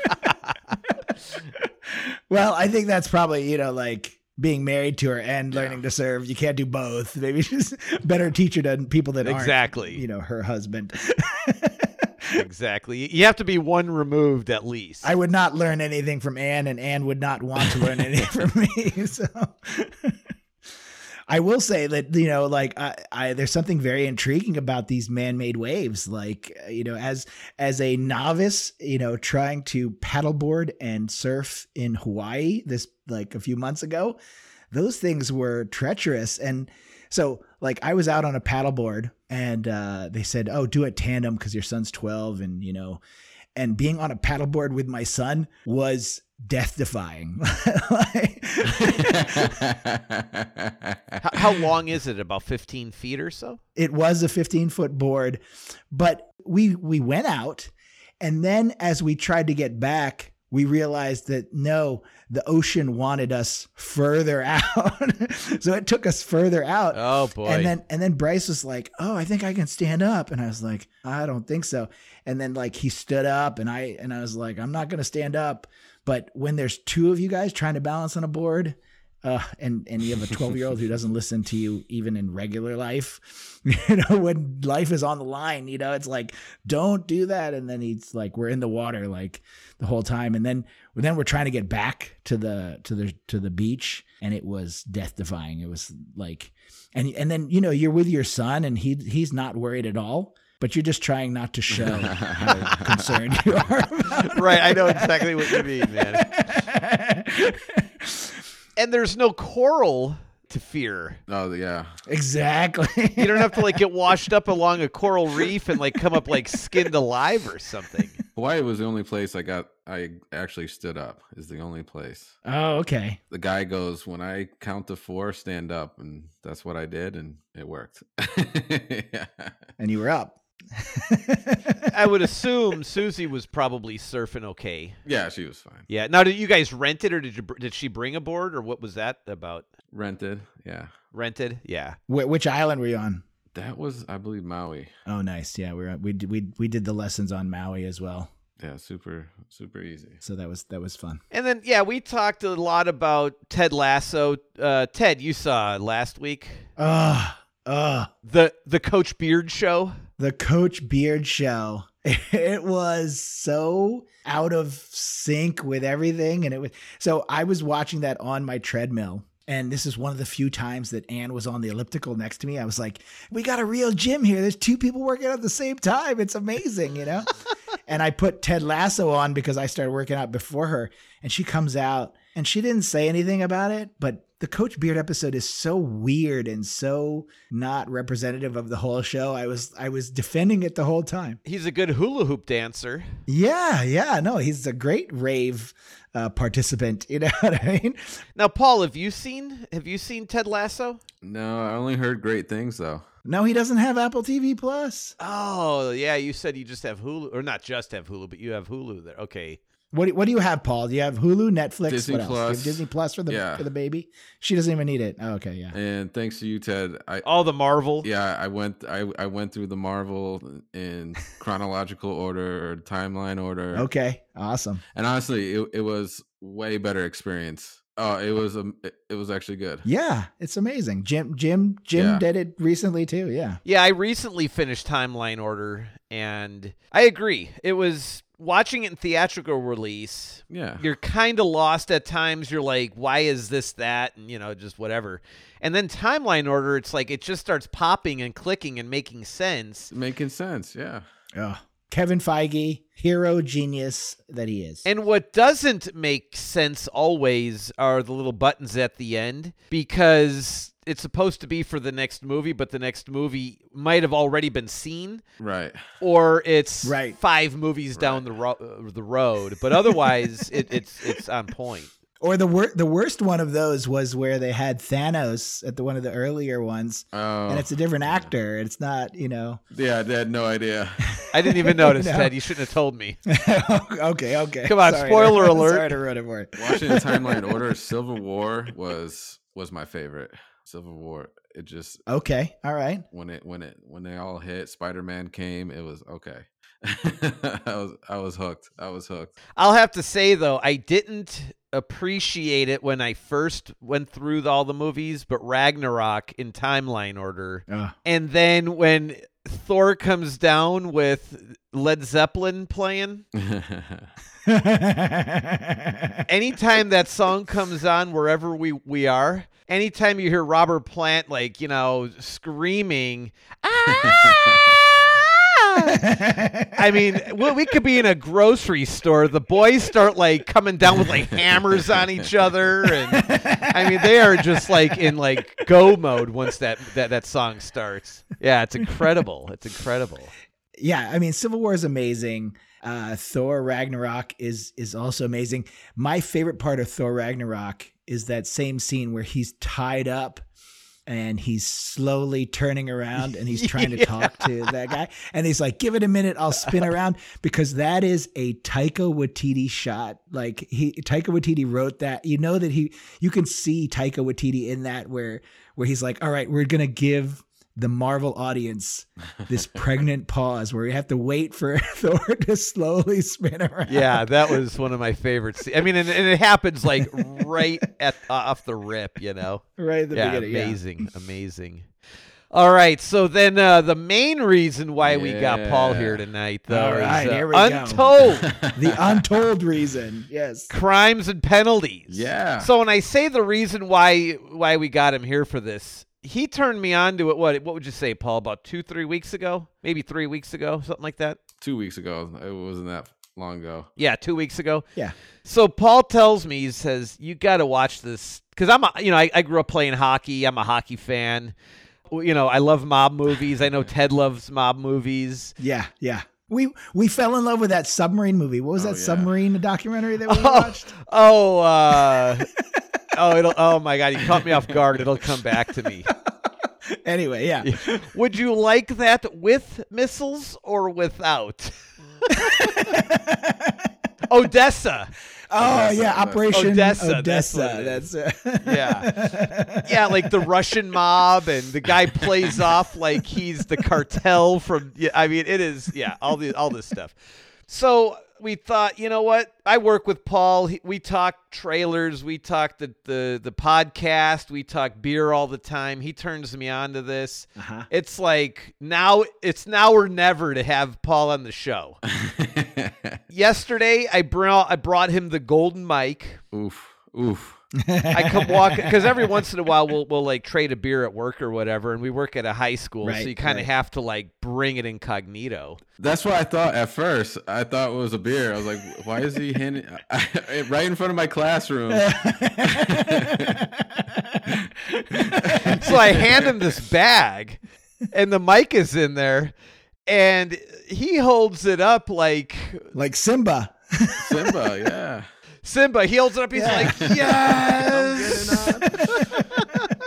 well, I think that's probably you know like being married to her and learning to serve. You can't do both. Maybe she's a better teacher than people that aren't. Exactly. You know her husband. Exactly. You have to be one removed at least. I would not learn anything from Anne, and Anne would not want to learn anything from me. So. I will say that you know, like I, I, there's something very intriguing about these man-made waves. Like uh, you know, as as a novice, you know, trying to paddleboard and surf in Hawaii this like a few months ago, those things were treacherous. And so, like, I was out on a paddleboard, and uh, they said, "Oh, do a tandem because your son's 12, and you know, and being on a paddleboard with my son was death defying. How, how long is it? About 15 feet or so? it was a 15 foot board, but we we went out, and then as we tried to get back, we realized that no, the ocean wanted us further out, so it took us further out. Oh, boy. And then and then Bryce was like, "Oh, I think I can stand up." And I was like, "I don't think so." And then like he stood up and I and I was like, "I'm not going to stand up." But when there's two of you guys trying to balance on a board, uh, and and you have a 12 year old who doesn't listen to you even in regular life, you know, when life is on the line, you know, it's like, "Don't do that." And then he's like, "We're in the water like the whole time." And then then we're trying to get back to the to the to the beach, and it was death defying. It was like and and then you know you're with your son and he he's not worried at all but you're just trying not to show how concerned you are about right. I know exactly what you mean, man. And there's no coral to fear. oh yeah. exactly You don't have to like get washed up along a coral reef and like come up like skinned alive or something. Hawaii was the only place I got I actually stood up is the only place. oh okay The guy goes, When I count to four, stand up and that's what I did and it worked. yeah. and you were up I would assume Susie was probably surfing okay. yeah, she was fine. Yeah. Now, did you guys rent it or did you br- did she bring a board or what was that about? Rented. Yeah. Rented? Yeah. Wh- which island were you on That was, I believe, Maui. oh nice yeah we were we d- we we did the lessons on maui as well Yeah, super, super easy. so that was that was fun And then yeah, we talked a lot about Ted Lasso. Uh, Ted, you saw last week uh uh the the Coach Beard show. the Coach Beard show. It was so out of sync with everything. And it was so I was watching that on my treadmill. And this is one of the few times that Anne was on the elliptical next to me. I was like, we got a real gym here. There's two people working out at the same time. It's amazing, you know? and I put Ted Lasso on because I started working out before her. And she comes out and she didn't say anything about it, but the Coach Beard episode is so weird and so not representative of the whole show. I was I was defending it the whole time. He's a good hula hoop dancer. Yeah, yeah, no, he's a great rave uh, participant. You know what I mean? Now, Paul, have you seen have you seen Ted Lasso? No, I only heard great things though. No, he doesn't have Apple TV Plus. Oh yeah, you said you just have Hulu or not just have Hulu, but you have Hulu there. Okay. What do, what do you have, Paul? Do you have Hulu, Netflix, Disney what else? Do you have Plus. Disney Plus for the Yeah. for the baby? She doesn't even need it. Oh, okay, yeah. And thanks to you, Ted. I All the Marvel. yeah, I went I I went through the Marvel in chronological order or timeline order. Okay, awesome. And honestly, it, it was way better experience. Oh, it was um, it, it was actually good. Yeah, it's amazing. Jim Jim Jim Yeah. did it recently too. Yeah. Yeah, I recently finished Timeline Order, and I agree. It was watching it in theatrical release. Yeah. You're kind of lost at times. You're like, why is this that? And, you know, just whatever. And then Timeline Order, it's like it just starts popping and clicking and making sense. Making sense. Yeah. Oh, Kevin Feige, hero genius that he is. And what doesn't make sense always are the little buttons at the end because it's supposed to be for the next movie, but the next movie might have already been seen, Right. or it's Right. five movies down the ro- uh, the road. But otherwise, it, it's it's on point. or the wor- the worst one of those was where they had Thanos at the one of the earlier ones, Oh, and it's a different actor. and It's not you know. yeah. I had no idea. I didn't even notice, No. Ted. You shouldn't have told me. okay, okay. Come on, spoiler to, alert. Sorry to ruin it for you. Watching the timeline order, Civil War was was my favorite. Civil War. It just Okay, all right. when it when it when they all hit. Spider Man came. It was okay. I was I was hooked. I was hooked. I'll have to say though, I didn't appreciate it when I first went through the- all the movies, but Ragnarok in timeline order, Ah. and then when Thor comes down with Led Zeppelin playing, anytime that song comes on wherever we we are, anytime you hear Robert Plant like you know screaming, ah. I mean, we, we could be in a grocery store. The boys start like coming down with like hammers on each other, and I mean, they are just like in like go mode once that that, that song starts. Yeah, it's incredible. It's incredible. yeah, I mean, Civil War is amazing. Uh, Thor Ragnarok is is also amazing. My favorite part of Thor Ragnarok is that same scene where he's tied up and he's slowly turning around and he's trying to talk to that guy and he's like give it a minute i'll spin around because that is a taika waititi shot like he taika waititi wrote that you know that he you can see taika waititi in that where where he's like all right we're gonna give the marvel audience this pregnant pause where we have to wait for thor to slowly spin around Yeah, that was one of my favorites. I mean, and, and it happens like right at uh, off the rip, you know. right at the yeah, beginning yeah. amazing, amazing. All right, so then uh, the main reason why we got Paul Yeah. here tonight, though, All is right, uh, here we go. untold the untold reason yes crimes and penalties. yeah. So when I say the reason why why we got him here for this, he turned me on to it. What what would you say, Paul? About two, three weeks ago, maybe three weeks ago, something like that. Two weeks ago. It wasn't that long ago. Yeah, two weeks ago. Yeah. So Paul tells me, he says, "You got to watch this because I'm, a, you know, I, I grew up playing hockey. I'm a hockey fan. You know, I love mob movies. I know Ted loves mob movies. Yeah, yeah. We we fell in love with that submarine movie. What was Oh, that yeah. submarine documentary that we Oh, watched? oh, uh, oh, it'll. Oh my God, you caught me off guard. It'll come back to me. Anyway, yeah. Would you like that with missiles or without? Odessa. Oh Odessa, yeah, Odessa. Operation Odessa, Odessa. that's what it That's, is. uh, Yeah. Yeah, like the Russian mob, and the guy plays off like he's the cartel from. Yeah, I mean, it is. Yeah, all the all this stuff. So we thought, you know what? I work with Paul. He, we talk trailers. We talk the, the the podcast. We talk beer all the time. He turns me on to this. Uh-huh. It's like now it's now or never to have Paul on the show. Yesterday, I brought I brought him the golden mic. oof. Oof. I come walk because every once in a while we'll we'll like trade a beer at work or whatever, and we work at a high school, Right, so you kind of right. have to like bring it incognito. That's what I thought at first. I thought it was a beer. I was like, why is he handing right in front of my classroom? Uh-huh. So I hand him this bag, and the mic is in there, and he holds it up like like Simba. Simba, yeah. Simba. He holds it up. He's like, yes.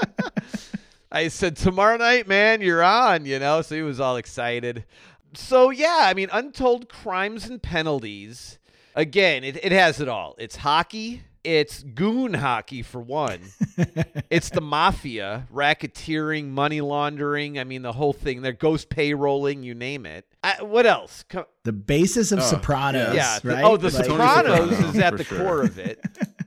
I said, tomorrow night, man, you're on, you know? So he was all excited. So, yeah, I mean, Untold Crimes and Penalties. Again, it, it has it all. It's hockey, it's goon hockey, for one. it's the mafia, racketeering, money laundering. I mean, the whole thing. They're ghost payrolling, you name it. I, what else? Co- The basis of Oh, Sopranos, yeah. the- right? oh, The Like- Sopranos Soprano, is at for the sure. core of it.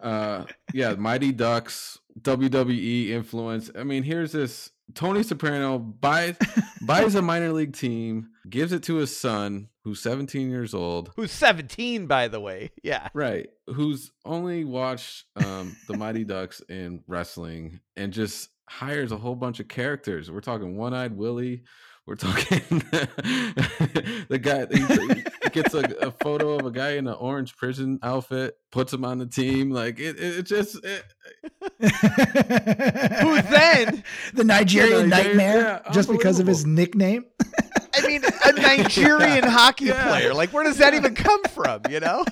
Uh yeah, Mighty Ducks, WWE influence. I mean, here's this Tony Soprano buys buys a minor league team, gives it to his son, who's 17 years old. Who's 17, by the way. Yeah. Right. Who's only watched um, the Mighty Ducks in wrestling and just hires a whole bunch of characters. We're talking One Eyed Willie, We're talking the guy he, he gets a, a photo of a guy in an orange prison outfit, puts him on the team. Like it, it, it just it, Who then? The Nigerian Yeah, nightmare, yeah, just because of his unbelievable. nickname. I mean, a Nigerian hockey Yeah. player. Like, where does that even come from? You know.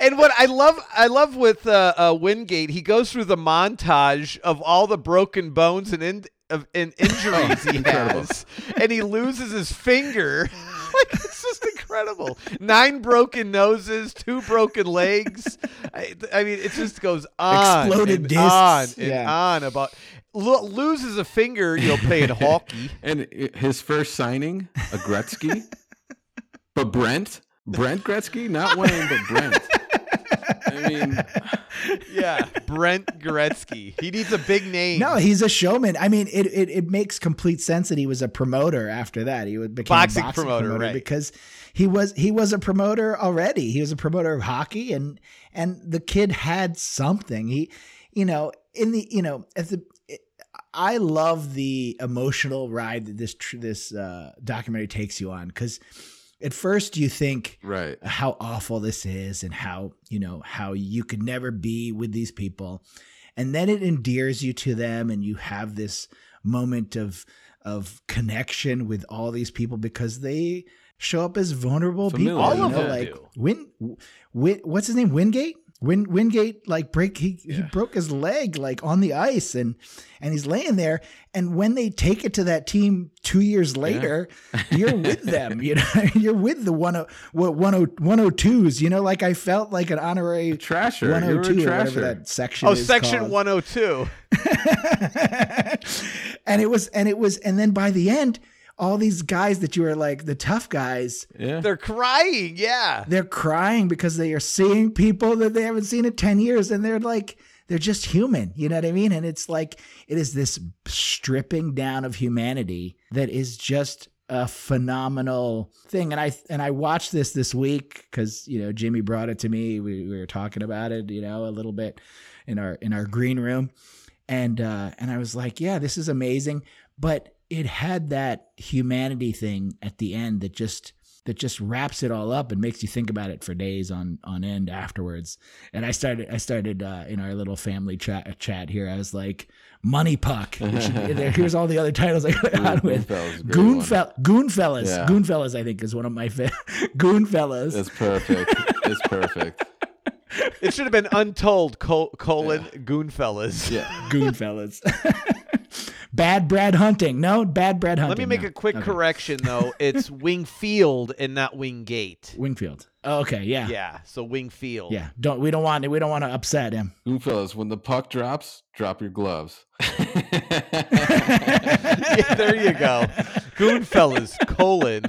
And what I love, I love with uh, uh, Wingate, he goes through the montage of all the broken bones and in, of and injuries he incredible. has, and he loses his finger. like it's just incredible. Nine broken noses, two broken legs. I, I mean, it just goes on, Exploded and discs. on and Yeah. on about. Lo- loses a finger, you'll play it hockey. and i- his first signing a Gretzky, but Brent Brent Gretzky, not Wayne, but Brent. I mean, Yeah, Brent Gretzky. He needs a big name. No, he's a showman. I mean, it, it it makes complete sense that he was a promoter after that. He would become Boxing a boxing promoter, promoter, right. because he was he was a promoter already. He was a promoter of hockey and and the kid had something. He you know, in the you know, at the I love the emotional ride that this tr- this uh documentary takes you on cuz at first you think right. how awful this is and how you know how you could never be with these people and then it endears you to them and you have this moment of of connection with all these people because they show up as vulnerable Familiar, people you All of know, them like do. win, win what's his name wingate Win, Wingate like break he, he Yeah. broke his leg like on the ice and and he's laying there and when they take it to that team 2 years later you're with them you know you're with the one oh, o- what 10 102s you know like i felt like an honorary Trasher. You're a 102 or whatever trasher. that section Oh, is section called. 102. and it was and it was and then by the end all these guys that you were like the tough guys yeah. They're crying. Yeah. they're crying because they are seeing people that they haven't seen in 10 years and they're like they're just human you know what i mean and it's like it is this stripping down of humanity that is just a phenomenal thing and i and i watched this this week cuz you know Jimmy brought it to me we, we were talking about it you know a little bit in our in our green room and uh and i was like yeah this is amazing but it had that humanity thing at the end that just that just wraps it all up and makes you think about it for days on on end afterwards. And I started I started uh, in our little family chat chat here. I was like Money Puck. which- there- here's all the other titles I got on Goonfellas with. is a great one. Goonfell Goonfellas. Yeah. Goonfellas I think is one of my fa- Goonfellas. That's perfect. It's perfect. It should have been untold col- colon goonfellas. Yeah. Goonfellas. Bad Brad Hunting. No, Bad Brad Hunting. Let me make no. a quick Okay. correction, though. It's Wingfield and not Winggate. Wingfield. Oh, okay, yeah. Yeah. Yeah. So Wingfield. Don't we don't want we don't want to upset him. Goonfellas, when the puck drops, drop your gloves. Yeah, there you go. Goonfellas colon.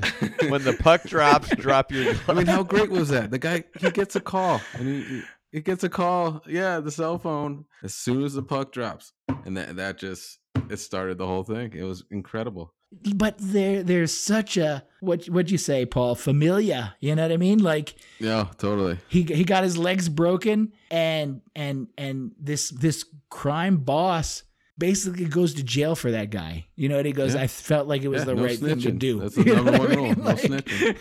When the puck drops, drop your. I mean, how great was that? The guy he gets a call and he- he he gets a call. Yeah, the cell phone as soon as the puck drops, and that that just it started the whole thing. It was incredible. but there there's such a what what'd you say, Paul? Familia. You know what I mean? Like Yeah, totally. he he got his legs broken and and and this this crime boss basically goes to jail for that guy. You know, and he goes, Yeah. I felt like it was Yeah, the no right thing to snitching. do. That's the You know number what one I rule, mean? no Like- snitching.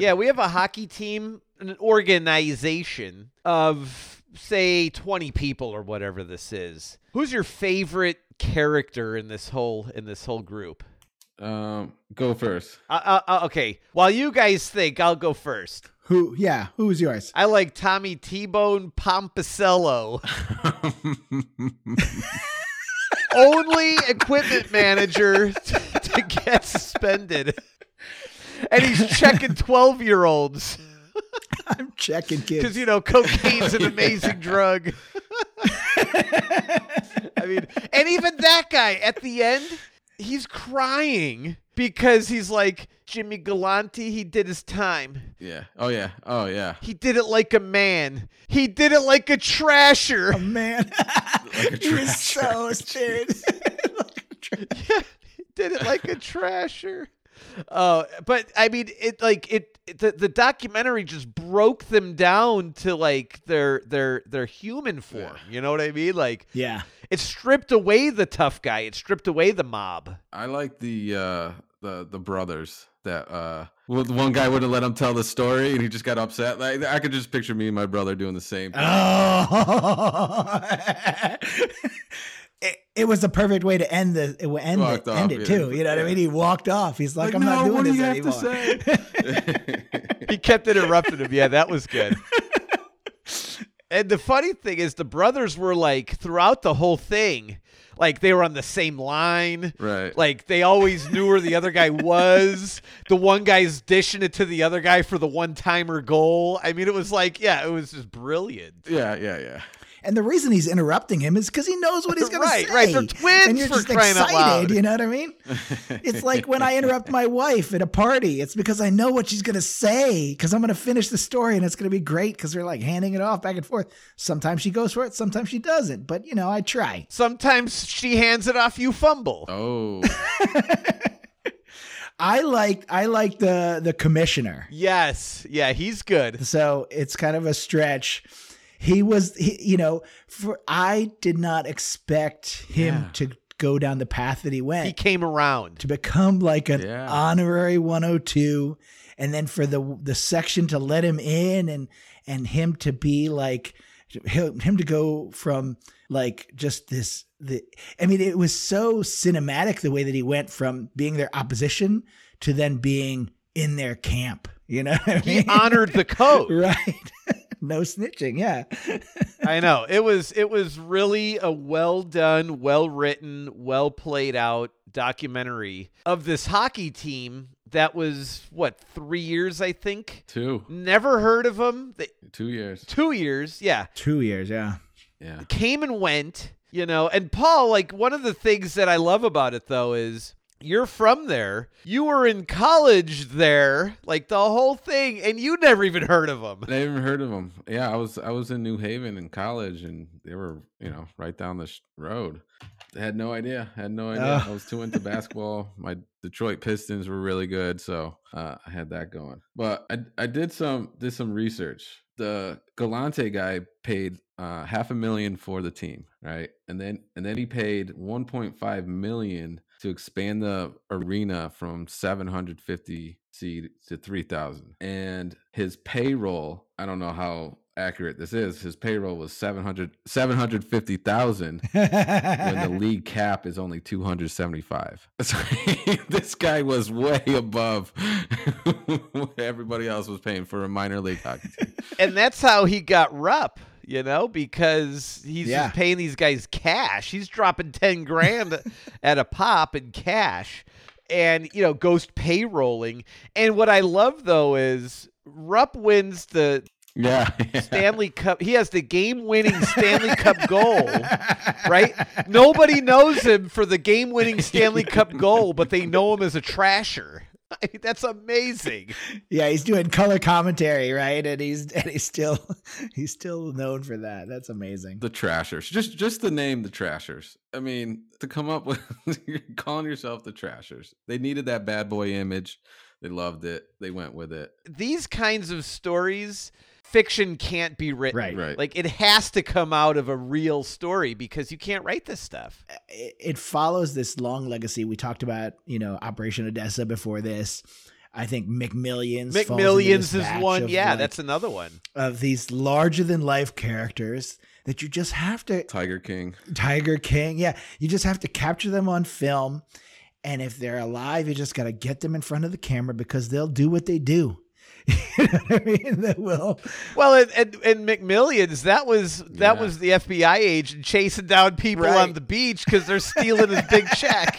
yeah, we have a hockey team, an organization of say 20 people or whatever this is. Who's your favorite character in this whole in this whole group? um, go first. Uh, uh, uh, okay, while you guys think, I'll go first. Who yeah, who was yours? I like Tommy T-Bone Pompicello, only equipment manager t- to get suspended. And he's checking 12-year-olds I'm checking because kids. you know cocaine's an amazing drug. I mean, and even that guy at the end, he's crying because he's like Jimmy Galante. He did his time. Yeah. Oh yeah. Oh yeah. He did it like a man. He did it like a trasher. Oh, Man, a he was trash so scared. Like a trash- did it like a trasher. Uh, but I mean, it like it, it- the the documentary just broke them down to like their their their human form. You know what I mean? Like yeah, It stripped away the tough guy. It stripped away the mob. I like the uh the the brothers that uh well, the one guy wouldn't let him tell the story and he just got upset. Like I could just picture me and my brother doing the same. thing. Oh. It, it was the perfect way to end the it would end Walked it, end off, it yeah. too. You know what I Yeah. mean? He walked off. He's like, Like, I'm no, not doing what do this you have anymore. to He kept interrupting him. Yeah, that was good. And the funny thing is, the brothers were like throughout the whole thing, like they were on the same line. right. Like they always knew where the other guy was. The one guy's dishing it to the other guy for the one timer goal. I mean, it was like, yeah, it was just brilliant. yeah, yeah, yeah. and the reason he's interrupting him is because he knows what he's going Right, to say. right. They're twins and you're for just crying out excited. loud. You know what I mean? It's like when I interrupt my wife at a party. It's because I know what she's going to say because I'm going to finish the story and it's going to be great because we're like handing it off back and forth. Sometimes she goes for it, sometimes she doesn't. But you know, I try. Sometimes she hands it off, you fumble. Oh, I like I like the the commissioner. Yes. Yeah, he's good. So it's kind of a stretch. He was, he, you know, for I did not expect him Yeah. to go down the path that he went He came around. to become like an Yeah. honorary 102, and then for the the section to let him in and and him to be like him him to go from like just this the I mean it was so cinematic the way that he went from being their opposition to then being in their camp. You know, what I He mean? honored the code. right no snitching yeah I know. It was it was really a well done, well written, well played out documentary of this hockey team that was what, 3 years I think. two, Never heard of them. They, two years. 2 years. Yeah. two years yeah Yeah. came and went, you know. And Paul, like one of the things that I love about it though is you're from there. You were in college there, like the whole thing, and you never even heard of them. I even heard of them. Yeah, I was I was in New Haven in college, and they were you know right down the sh- road. I had no idea. had no idea. Oh. I was too into basketball. My Detroit Pistons were really good, so uh, I had that going. But I I did some did some research. The Galante guy paid uh, half a million for the team, right? And then and then he paid 1.5 million to expand the arena from 750 seat to 3,000. And his payroll, I don't know how accurate this is. His payroll was 700 750,000 when the league cap is only 275. So this guy was way above what everybody else was paying for a minor league hockey team. And that's how he got rep, you know, because he's Yeah. just paying these guys cash. He's dropping 10 grand at a pop in cash and, you know, ghost payrolling. And what I love though is Rupp wins the yeah. Stanley Cup. He has the game-winning Stanley Cup goal, right? Nobody knows him for the game-winning Stanley Cup goal, but they know him as a trasher. That's amazing. yeah he's doing color commentary right and he's and he's still he's still known for that that's amazing The Trashers. Just just the name the Trashers. I mean, to come up with you're calling yourself the Trashers. They needed that bad boy image. They loved it. They went with it. These kinds of stories, fiction can't be written. Right. Right. Like it has to come out of a real story because you can't write this stuff. it, it follows this long legacy we talked about you know operation odessa before this i think mcmillions falls into this McMillions batch is one. of, Yeah, like, that's another one. of these larger than life characters that you just have to Tiger King. Tiger King. Yeah, you just have to capture them on film. And if they're alive, you just got to get them in front of the camera because they'll do what they do. you know what I mean? They will. Well, and, and, and McMillions, that was that Yeah. was the FBI agent chasing down people Right. on the beach because they're stealing his big check.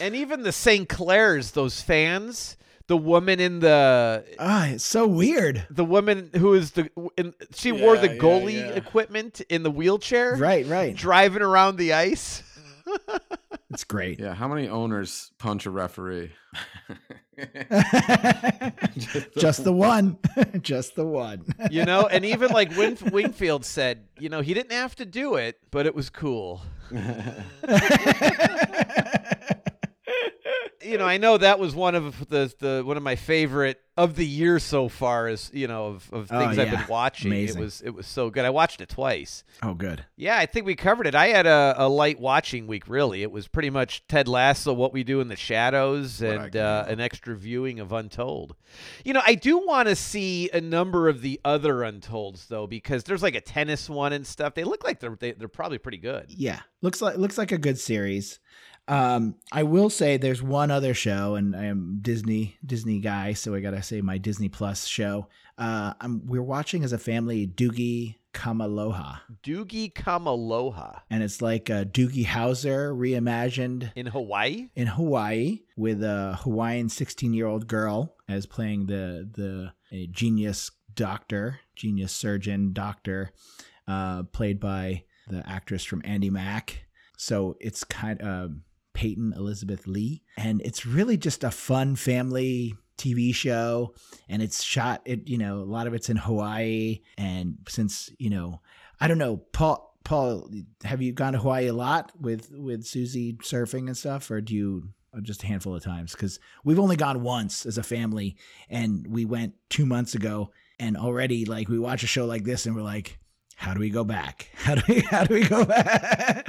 and even the St. Clairs, those fans, the woman in the Ah, it's so weird. the woman who is the in, she wore the Yeah, yeah, goalie yeah. equipment in the wheelchair, Right, right. driving around the ice. It's great. Yeah, how many owners punch a referee? just the one. just the one. You know, and even like Win- Wingfield said, you know, he didn't have to do it, but it was cool. you know, I know that was one of the, the one of my favorite of the year so far. Is you know of, of Oh, things I've yeah. been watching. Amazing. It was it was so good. I watched it twice. Oh, good. Yeah, I think we covered it. I had a, a light watching week. Really, it was pretty much Ted Lasso, What We Do in the Shadows, What I and can uh, do. an extra viewing of Untold. You know, I do want to see a number of the other Untolds though, because there's like a tennis one and stuff. They look like they're they, they're probably pretty good. Yeah, looks like looks like a good series. Um, I will say there's one other show, and I am Disney Disney guy, so I gotta say my Disney Plus show. Uh, I'm, we're watching as a family Doogie Come Aloha, Doogie Come Aloha and it's like uh, Doogie Howser reimagined in Hawaii. in Hawaii with a Hawaiian 16 year old girl as playing the the a genius doctor, genius surgeon doctor, uh, played by the actress from Andy Mack. So it's kind of um, Peyton Elizabeth Lee, and it's really just a fun family TV show. And it's shot, it you know, a lot of it's in Hawaii, and since you know, I don't know, Paul. Paul, have you gone to Hawaii a lot with with Susie surfing and stuff, or do you uh, just a handful of times? Because we've only gone once as a family, and we went two months ago, and already like we watch a show like this, and we're like, how do we go back? How do we how do we go back?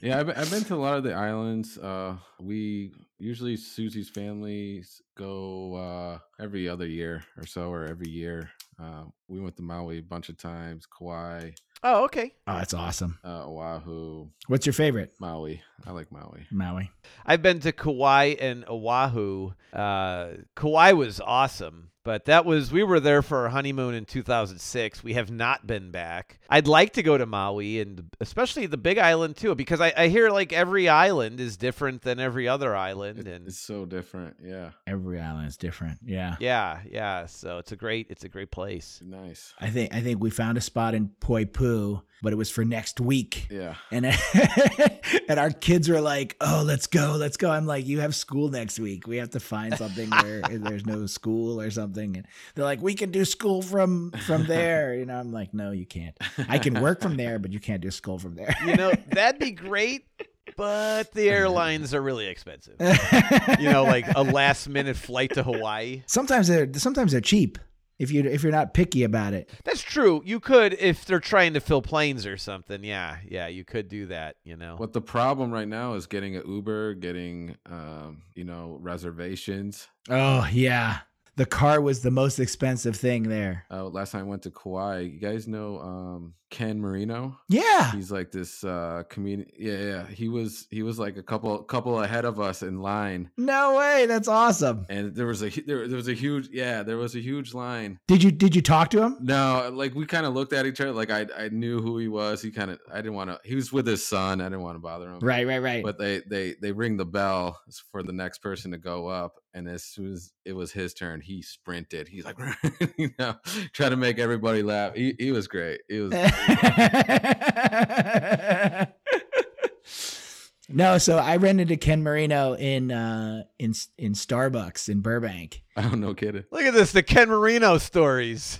yeah I've, I've been to a lot of the islands uh we usually susie's families go uh every other year or so or every year uh, we went to maui a bunch of times kauai Oh, okay. oh, that's awesome. uh, oahu What's your favorite? maui i like maui Maui. I've been to Kauai and Oahu. Uh, Kauai was awesome, but that was we were there for our honeymoon in 2006. We have not been back. I'd like to go to Maui and especially the Big Island too, because I, I hear like every island is different than every other island, It- and it's so different yeah Every island is different. Yeah. yeah, yeah. So it's a great it's a great place. nice I think I think we found a spot in Poipu, but it was for next week. yeah And and our kids were like, "Oh, let's go, let's go." I'm like, "You have school next week. We have to find something where there's no school or something." And they're like, "We can do school from from there." You know, I'm like, "No, you can't. I can work from there, but you can't do school from there." You know that'd be great, but the airlines are really expensive. You know, like a last minute flight to Hawaii. sometimes they're sometimes they're cheap if you if you're not picky about it. That's true. You could if they're trying to fill planes or something. Yeah, yeah, you could do that. You know. What the problem right now is getting an Uber, getting um, you know reservations. Oh yeah, the car was the most expensive thing there. Uh, last time I went to Kauai, you guys know um, Ken Marino. Yeah. He's like this uh, comedian. Yeah, yeah. He was he was like a couple couple ahead of us in line, No way. That's awesome. and there was a hu- there, there was a huge yeah there was a huge line. Did you did you talk to him? No, like we kind of looked at each other. Like I I knew who he was. He kind of I didn't want to. He was with his son. I didn't want to bother him. Right, right, right. but they they they ring the bell for the next person to go up and as soon as it was his turn he sprinted he's like you know trying to make everybody laugh he, he was great he was Eh. no, so I ran into Ken Marino in uh in in Starbucks in Burbank. oh no kidding Look at this, the Ken Marino stories.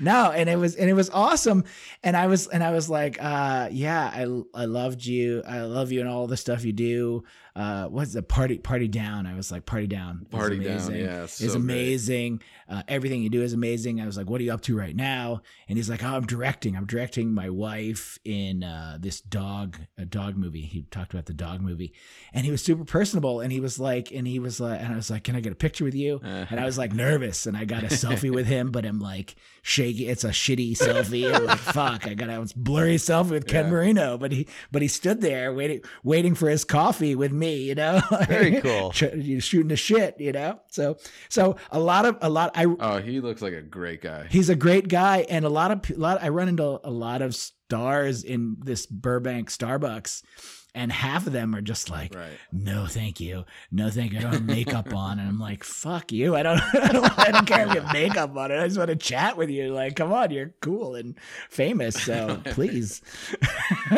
No, and it was and it was awesome. And I was and I was like, uh yeah, I I loved you. I love you and all the stuff you do. Uh what's the party party down? I was like party down. is party down amazing. yeah so is great. amazing. Uh, everything you do is amazing. I was like, what are you up to right now? And he's like, oh, I'm directing. I'm directing my wife in uh, this dog, a dog movie. He talked about the dog movie and he was super personable. And he was like, and he was like, and I was like, can I get a picture with you? Eh. And I was like nervous and I got a selfie with him, but I'm like shaky. It's a shitty selfie. I'm like, fuck, I got a blurry selfie with Ken Yeah. Marino, but he, but he stood there waiting, waiting for his coffee with me, you know? Very cool. Ch- You're shooting the shit, you know? So, so a lot of, a lot, I, oh he looks like a great guy He's a great guy, and a lot of pe- lot. I run into a lot of stars in this Burbank Starbucks, and half of them are just like, right "No, thank you. No, thank you. I don't have makeup on." And I'm like, "Fuck you. I don't. I don't, I don't care if you have makeup on. I just want to chat with you. Like, come on, you're cool and famous, so please."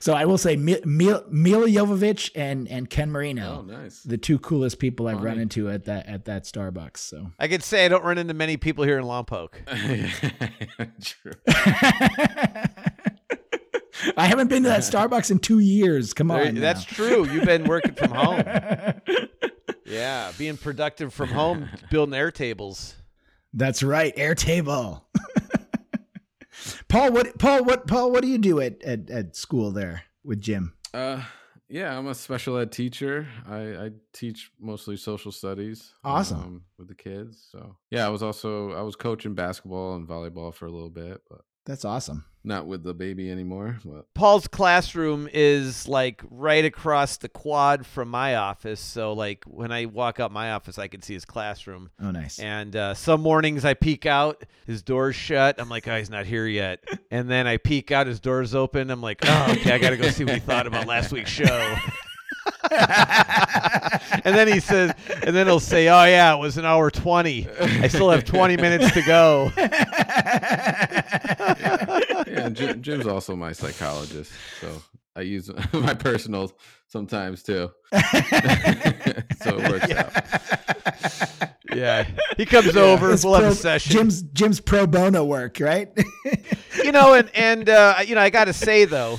so I will say, Mil, Mil, Mila Jovovich and and Ken Marino. oh nice The two coolest people I've run Funny. into at that at that Starbucks. So I could say I don't run into many people here in Lompoc. True. I haven't been to that Starbucks in two years. Come There- on. that's true. You've been working from home. Yeah, being productive from home, building air tables. That's right, Airtable. Paul, what Paul, what Paul, what do you do at, at, at school there with Jim? Uh, yeah, I'm a special ed teacher. I, I teach mostly social studies. Awesome. um, with the kids. So yeah, I was also I was coaching basketball and volleyball for a little bit, but That's awesome. not with the baby anymore. But Paul's classroom is like right across the quad from my office. So like when I walk out my office, I can see his classroom. Oh, nice. And uh, some mornings I peek out, his door's shut. I'm like, oh, he's not here yet. And then I peek out, his door's open. I'm like, oh, okay, I got to go see what he thought about last week's show. and then he says, and then he'll say, oh, yeah, it was an hour 20. I still have 20 minutes to go. yeah, Jim, Jim's also my psychologist, so I use my personal sometimes too. so it works out. Yeah. He comes over, It's we'll have pro- a session. Jim's Jim's pro bono work, right? you know, and and uh, you know, I got to say though,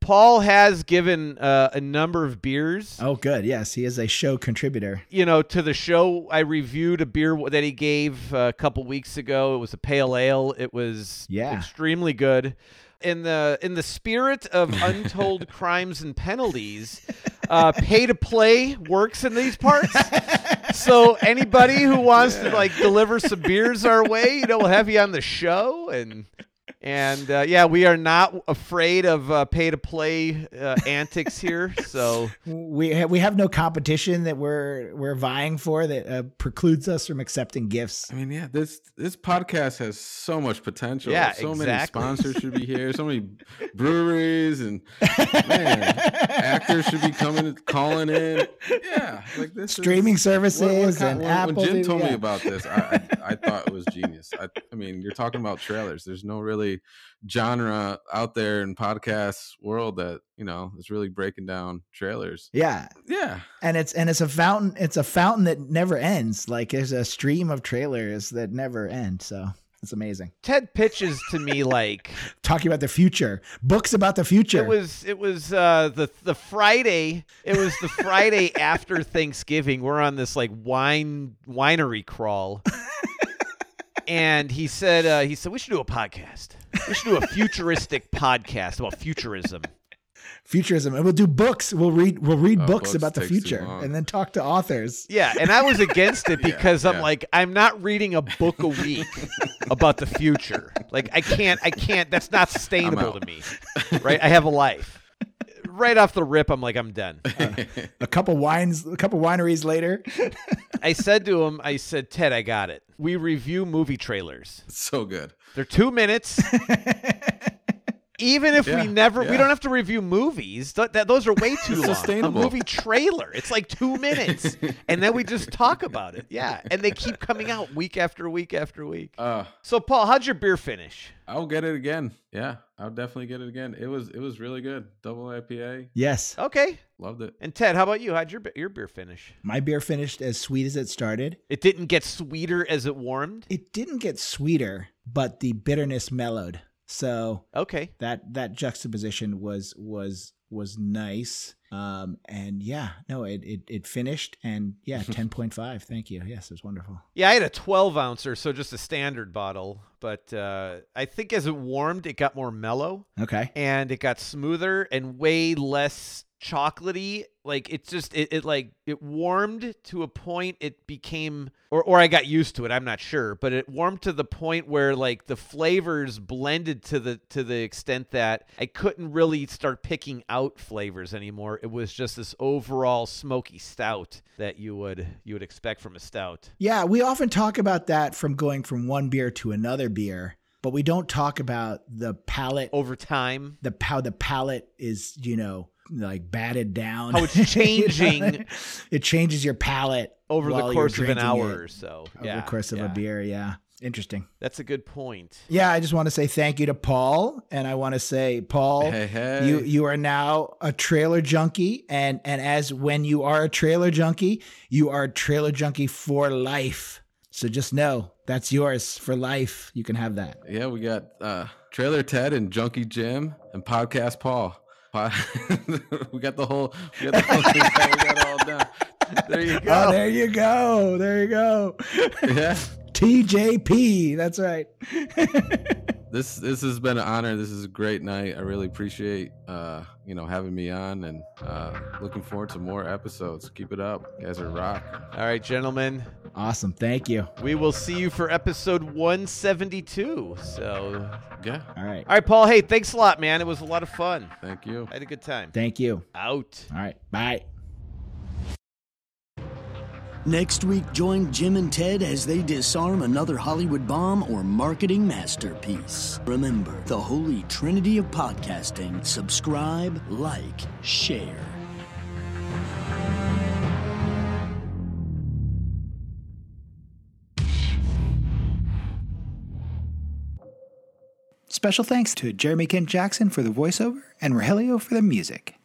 Paul has given uh, a number of beers. oh, good. Yes, he is a show contributor. You know, to the show, I reviewed a beer that he gave uh, a couple weeks ago. It was a pale ale. It was Yeah. extremely good. In the in the spirit of untold crimes and penalties, uh, pay to play works in these parts. so anybody who wants to like deliver some beers our way, you know, we'll have you on the show and and uh, yeah, we are not afraid of uh, pay to play uh, antics here. So We ha- we have no competition that we're we're vying for that uh, precludes us from accepting gifts. I mean, yeah, this this podcast has so much potential. Yeah, so exactly. many sponsors should be here. So many breweries and man, actors should be coming, calling in. Yeah, like this is- Streaming services When- when, and when, Apple. when Jim TV, told yeah. me about this, I, I, I thought it was genius. I, I mean, you're talking about trailers. There's no really genre out there in podcast world that you know is really breaking down trailers. yeah, Yeah, and it's and it's a fountain. It's a fountain that never ends. Like there's a stream of trailers that never end. So it's amazing. Ted pitches to me like Talking about the future, books about the future. It was it was uh, the the Friday. It was the Friday after Thanksgiving. We're on this like wine winery crawl, and he said uh, he said we should do a podcast. We should do a futuristic podcast about futurism. futurism, and we'll do books. We'll read we'll read Oh, books, books about the takes too future, long. and then talk to authors. Yeah, and I was against it Yeah, because I'm yeah. like I'm not reading a book a week about the future. Like I can't I can't that's not sustainable out. to me. Right? I have a life. Right off the rip I'm like I'm done. A couple wines, a couple wineries later. I said to him, I said, Ted, I got it. We review movie trailers. it's so good. They're two minutes. Even if Yeah, we never, we yeah. don't have to review movies. Th- that, those are way too long. sustainable. A movie trailer, it's like two minutes, and then we just talk about it. Yeah, and they keep coming out week after week after week. Uh, So, Paul, how'd your beer finish? I'll get it again. Yeah, I'll definitely get it again. It was it was really good. Double IPA, yes, Uh, Okay. loved it. And Ted, how about you? How'd your be- your beer finish? my beer finished as sweet as it started. It didn't get sweeter as it warmed. It didn't get sweeter, but the bitterness mellowed. So Okay. that that juxtaposition was was was nice. Um and yeah, no, it it, it finished and yeah, ten point five. Thank you. Yes, it was wonderful. Yeah, I had a 12 ouncer, so just a standard bottle. But uh, I think as it warmed, it got more mellow Okay. and it got smoother and way less chocolatey. Like it just it, it like it warmed to a point it became or or I got used to it, I'm not sure, but it warmed to the point where like the flavors blended to the to the extent that I couldn't really start picking out flavors anymore. It was just this overall smoky stout that you would you would expect from a stout. Yeah, we often talk about that from going from one beer to another beer, but we don't talk about the palate over time the how the palate is, you know, like batted down. How it's You know? changing. it changes your palate over while the you're course of an drinking hour it, or so. over yeah, the course of yeah. a beer, yeah. Interesting. That's a good point. Yeah, I just want to say thank you to Paul, and I want to say, Paul, Hey, hey. you you are now a trailer junkie, and and as when you are a trailer junkie, you are a trailer junkie for life. So just know that's yours for life. You can have that. Yeah, we got uh, Trailer Ted and Junkie Jim and Podcast Paul. Po- we got the whole. We got the whole we got, we got it all down. There you go. Oh, there you go. There you go. Yeah. TJP. That's right. This this has been an honor. This is a great night. I really appreciate uh, you know having me on and uh, looking forward to more episodes. Keep it up. You guys are rock. All right, gentlemen. awesome. Thank you. We will see you for episode 172. So, Yeah. All right. all right, Paul. Hey, thanks a lot, man. It was a lot of fun. Thank you. I had a good time. Thank you. Out. All right. Bye. Next week, join Jim and Ted as they disarm another Hollywood bomb or marketing masterpiece. Remember, the holy trinity of podcasting subscribe, like, share. Special thanks to Jeremy Kent Jackson for the voiceover and Rogelio for the music.